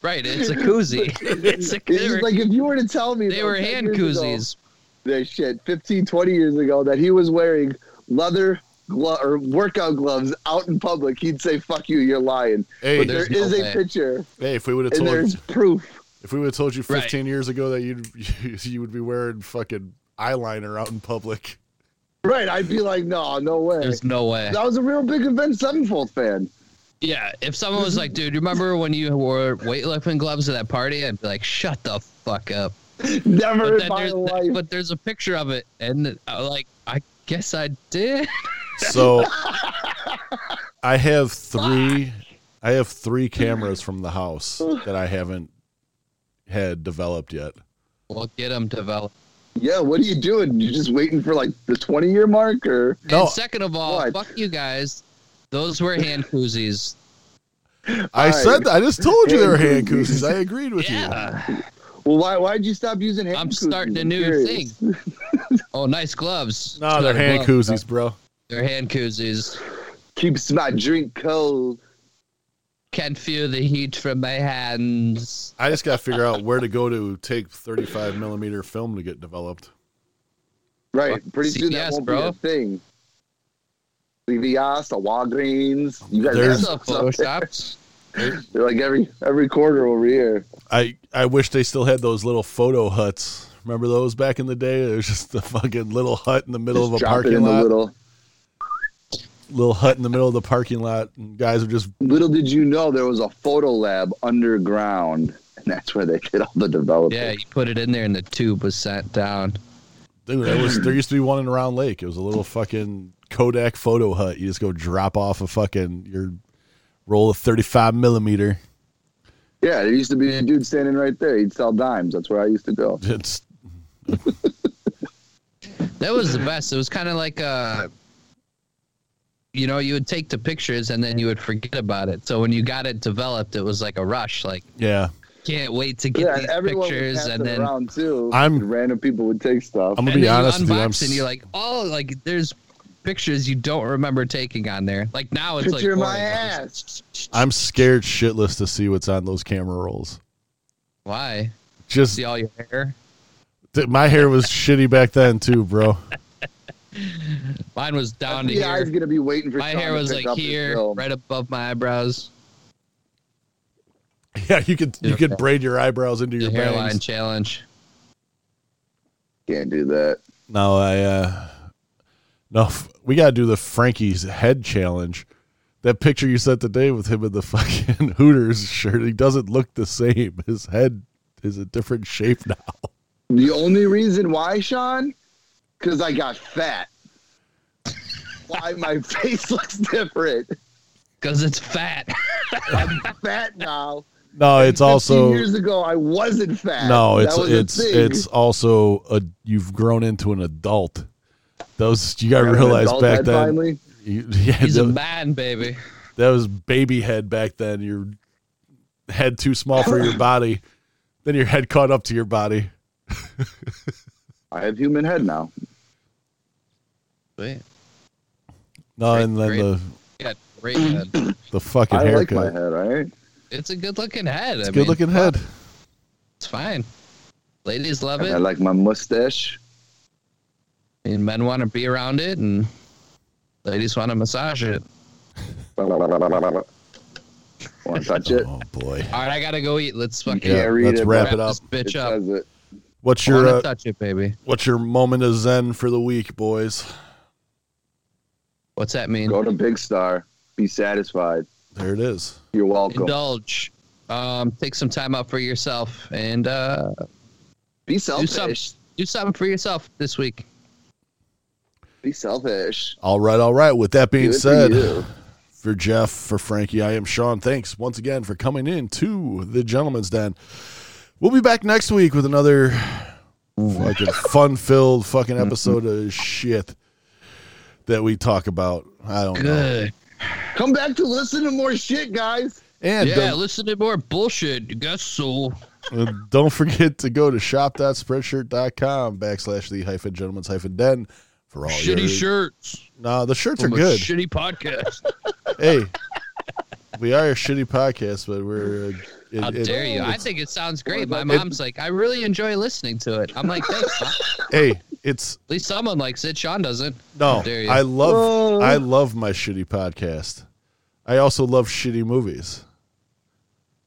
Speaker 1: Right? It's a koozie. It's a
Speaker 5: It's
Speaker 1: they were,
Speaker 5: just like if you were to tell me
Speaker 1: they
Speaker 5: though,
Speaker 1: were
Speaker 5: 10
Speaker 1: hand
Speaker 5: years ago,
Speaker 1: koozies.
Speaker 5: that shit 15, 20 years ago that he was wearing leather glo- or workout gloves out in public, he'd say, fuck you, you're lying.
Speaker 4: hey,
Speaker 5: But
Speaker 1: there's
Speaker 5: there
Speaker 1: no
Speaker 5: is a
Speaker 1: way.
Speaker 5: picture
Speaker 4: hey, if we would have
Speaker 5: and
Speaker 4: told
Speaker 5: there's proof.
Speaker 4: if we would have told you
Speaker 1: Right.
Speaker 4: 15 years ago that you'd *laughs* you, you would be wearing fucking eyeliner out in public.
Speaker 5: Right. I'd be like, no, no way.
Speaker 1: There's no way.
Speaker 5: That was a real big event Sevenfold fan.
Speaker 1: Yeah, if someone was like,
Speaker 5: Mm-hmm.
Speaker 1: "Dude, you remember when you wore weightlifting gloves at that party?" I'd be like, "Shut the fuck up."
Speaker 5: Never
Speaker 1: But,
Speaker 5: in
Speaker 1: then
Speaker 5: my
Speaker 1: there's,
Speaker 5: life.
Speaker 1: but there's a picture of it, and I, like, I guess I did. *laughs*
Speaker 5: *laughs*
Speaker 4: So I have three I have three cameras from the house that I haven't had developed yet.
Speaker 1: We'll get them developed.
Speaker 5: yeah, what are you doing? You just waiting for like the 20 year mark or?
Speaker 4: No.
Speaker 1: And second of all,
Speaker 5: What?
Speaker 1: fuck you guys. Those were hand
Speaker 4: *laughs*
Speaker 1: koozies.
Speaker 4: I
Speaker 5: All right.
Speaker 4: said that. I just told you they were hand
Speaker 5: *laughs* Hand
Speaker 4: koozies. I agreed with
Speaker 1: yeah.
Speaker 5: Well, why why'd you stop using hand
Speaker 1: I'm
Speaker 5: koozies?
Speaker 1: starting a
Speaker 5: I'm
Speaker 1: new
Speaker 5: curious.
Speaker 1: thing.
Speaker 5: *laughs*
Speaker 1: Oh, nice gloves.
Speaker 4: you. No, they're
Speaker 1: Smell
Speaker 4: hand
Speaker 1: gloves.
Speaker 4: koozies, bro.
Speaker 1: They're hand koozies.
Speaker 5: Keeps my drink cold.
Speaker 1: Can feel the heat from my hands.
Speaker 4: I just got to figure out where to go to take 35 millimeter film to get developed.
Speaker 5: Right. Pretty soon
Speaker 1: CVS,
Speaker 5: that won't
Speaker 1: bro.
Speaker 5: be a thing. CVS, the Walgreens. You
Speaker 4: There's-
Speaker 5: guys
Speaker 1: There's
Speaker 5: have
Speaker 1: no
Speaker 5: some-
Speaker 1: photoshops.
Speaker 5: They're *laughs* like every every quarter over here.
Speaker 4: I I wish they still had those little photo huts. Remember those back in the day? It was just the fucking little hut in the middle
Speaker 5: Just
Speaker 4: of a
Speaker 5: drop it
Speaker 4: parking
Speaker 5: in
Speaker 4: lot.
Speaker 5: the
Speaker 4: Little...
Speaker 5: little.
Speaker 4: hut in the middle of the parking lot. And guys would just
Speaker 5: Little did you know there was a photo lab underground, and that's where they did all the development.
Speaker 1: Yeah, you put it in there and the tube was sent down.
Speaker 4: dude. There was there
Speaker 1: *clears throat*
Speaker 4: used to be one in Round Lake. It was a little fucking Kodak photo hut. You just go drop off a fucking your roll of 35 millimeter.
Speaker 5: Yeah, there used to be a dude standing right there. He'd sell dimes. That's where I used to go.
Speaker 4: It's
Speaker 1: That was the best. It was kind of like uh you know, you would take the pictures and then you would forget about it. So when you got it developed, it was like a rush. Like,
Speaker 4: yeah.
Speaker 1: can't wait to get
Speaker 5: yeah,
Speaker 1: these
Speaker 5: everyone would
Speaker 1: pictures
Speaker 5: pass
Speaker 1: and
Speaker 5: it
Speaker 1: then
Speaker 5: around too.
Speaker 4: I'm-
Speaker 5: random people would take stuff.
Speaker 4: I'm gonna
Speaker 1: and
Speaker 4: be
Speaker 1: then
Speaker 4: honest
Speaker 1: you
Speaker 4: with you.
Speaker 1: unbox
Speaker 4: I'm
Speaker 1: and you're like, oh, like there's pictures you don't remember taking on there. Like now it's
Speaker 5: Picture
Speaker 1: like
Speaker 5: my
Speaker 1: boring.
Speaker 5: ass.
Speaker 4: I'm scared shitless to see what's on those camera rolls.
Speaker 1: Why?
Speaker 4: Just
Speaker 1: See all your hair?
Speaker 4: th- my hair was shitty back then too, bro. *laughs*
Speaker 1: Mine was down to
Speaker 5: yeah, I was
Speaker 1: here.
Speaker 5: gonna be waiting for
Speaker 1: My
Speaker 5: Sean
Speaker 1: hair
Speaker 5: to
Speaker 1: was
Speaker 5: pick
Speaker 1: like
Speaker 5: up his
Speaker 1: here,
Speaker 5: film.
Speaker 1: right above my eyebrows.
Speaker 4: Yeah, you could you
Speaker 1: Yeah.
Speaker 4: could braid your eyebrows into
Speaker 1: The
Speaker 4: your
Speaker 1: hairline
Speaker 4: bangs.
Speaker 1: challenge.
Speaker 5: Can't do that.
Speaker 4: No, I uh no, f- we gotta do the Frankie's head challenge. That picture you sent today with him in the *laughs* fucking Hooters shirt, he doesn't look the same. His head is a different shape now.
Speaker 5: *laughs* The only reason why, Sean, because I got fat. *laughs* why my *laughs* face looks different.
Speaker 1: Because it's fat.
Speaker 5: I'm fat now.
Speaker 4: No, it's
Speaker 5: 15
Speaker 4: also
Speaker 5: years ago I wasn't fat.
Speaker 4: no, it's
Speaker 5: That was a
Speaker 4: it's
Speaker 5: thing.
Speaker 4: it's also a you've grown into an adult. Those you gotta
Speaker 5: I'm an
Speaker 4: realize
Speaker 5: adult
Speaker 4: back
Speaker 5: head
Speaker 4: then.
Speaker 5: Finally,
Speaker 4: You, *laughs* yeah,
Speaker 1: He's a
Speaker 4: tho-
Speaker 1: man, baby.
Speaker 4: that was baby head back then. Your head too small for
Speaker 5: *laughs*
Speaker 4: your body. Then your head caught up to your body.
Speaker 5: I have human head now.
Speaker 1: Wait,
Speaker 4: No,
Speaker 1: Great-
Speaker 4: and then
Speaker 1: great.
Speaker 4: the
Speaker 1: you got great head.
Speaker 4: the fucking
Speaker 5: I like
Speaker 4: haircut.
Speaker 5: my head. All right.
Speaker 1: It's a good looking head.
Speaker 4: It's
Speaker 1: I
Speaker 4: a good
Speaker 1: mean,
Speaker 4: looking
Speaker 5: uh,
Speaker 4: head.
Speaker 1: It's fine. Ladies love
Speaker 5: And
Speaker 1: it.
Speaker 5: I like my mustache.
Speaker 1: and men want to be around it, and ladies want to massage it.
Speaker 5: Want to touch it?
Speaker 4: Oh boy.
Speaker 1: All right, I gotta go eat. Let's fucking
Speaker 5: Yeah,
Speaker 1: wrap
Speaker 5: read
Speaker 4: let's
Speaker 5: it,
Speaker 4: wrap
Speaker 5: bro.
Speaker 4: it up.
Speaker 1: this bitch
Speaker 5: It
Speaker 1: up.
Speaker 5: says it.
Speaker 4: What's
Speaker 1: I
Speaker 4: your
Speaker 1: wanna
Speaker 4: uh,
Speaker 1: touch it, baby.
Speaker 4: what's your moment of zen for the week, boys?
Speaker 1: What's that mean?
Speaker 5: Go to Big Star. Be satisfied.
Speaker 4: There it is.
Speaker 5: You're welcome.
Speaker 1: Indulge. Um, take some time out for yourself and uh,
Speaker 5: Be
Speaker 1: do something.
Speaker 5: selfish.
Speaker 1: Do something for yourself this week.
Speaker 5: Be selfish.
Speaker 4: All right, all right. With that being
Speaker 5: Good for
Speaker 4: said,
Speaker 5: you.
Speaker 4: for Jeff, for Frankie, I am Sean. Thanks once again for coming in to the Gentleman's Den. We'll be back next week with another
Speaker 5: *laughs*
Speaker 4: fucking fun filled fucking
Speaker 5: Mm-hmm.
Speaker 4: episode of shit that we talk about. I don't know.
Speaker 1: Good.
Speaker 5: Come back to listen to more shit, guys.
Speaker 4: And uh,
Speaker 1: yeah,
Speaker 4: don't-
Speaker 1: listen to more bullshit. You guess so.
Speaker 4: Uh, don't forget to go to shop.spreadshirt.com backslash the hyphen gentleman's hyphen den
Speaker 5: Oh,
Speaker 4: for all
Speaker 1: Shitty
Speaker 4: your
Speaker 1: shirts.
Speaker 4: Nah, the shirts are
Speaker 1: from a
Speaker 4: good.
Speaker 1: Shitty podcast.
Speaker 4: hey, we are a shitty podcast, but we're. uh, It,
Speaker 1: How
Speaker 4: it-
Speaker 1: dare you? I
Speaker 4: it's-
Speaker 1: think it sounds great. My
Speaker 5: It-
Speaker 1: mom's like, I really enjoy listening to it. I'm like, thanks. Mom. At
Speaker 4: hey, it's
Speaker 1: least someone likes it. Sean doesn't.
Speaker 4: no.
Speaker 1: dare you.
Speaker 4: I love.
Speaker 5: Whoa.
Speaker 4: I love my shitty podcast. I also love shitty movies.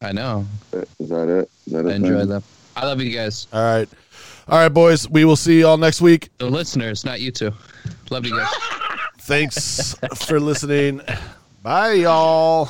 Speaker 1: I know.
Speaker 5: Is that it? Is that it?
Speaker 1: I enjoy
Speaker 5: man?
Speaker 1: them. I love you guys.
Speaker 4: All right, all right, boys. We will see you all next week.
Speaker 1: The listeners, not you two. Love you guys. *laughs*
Speaker 4: Thanks for listening. Bye, y'all.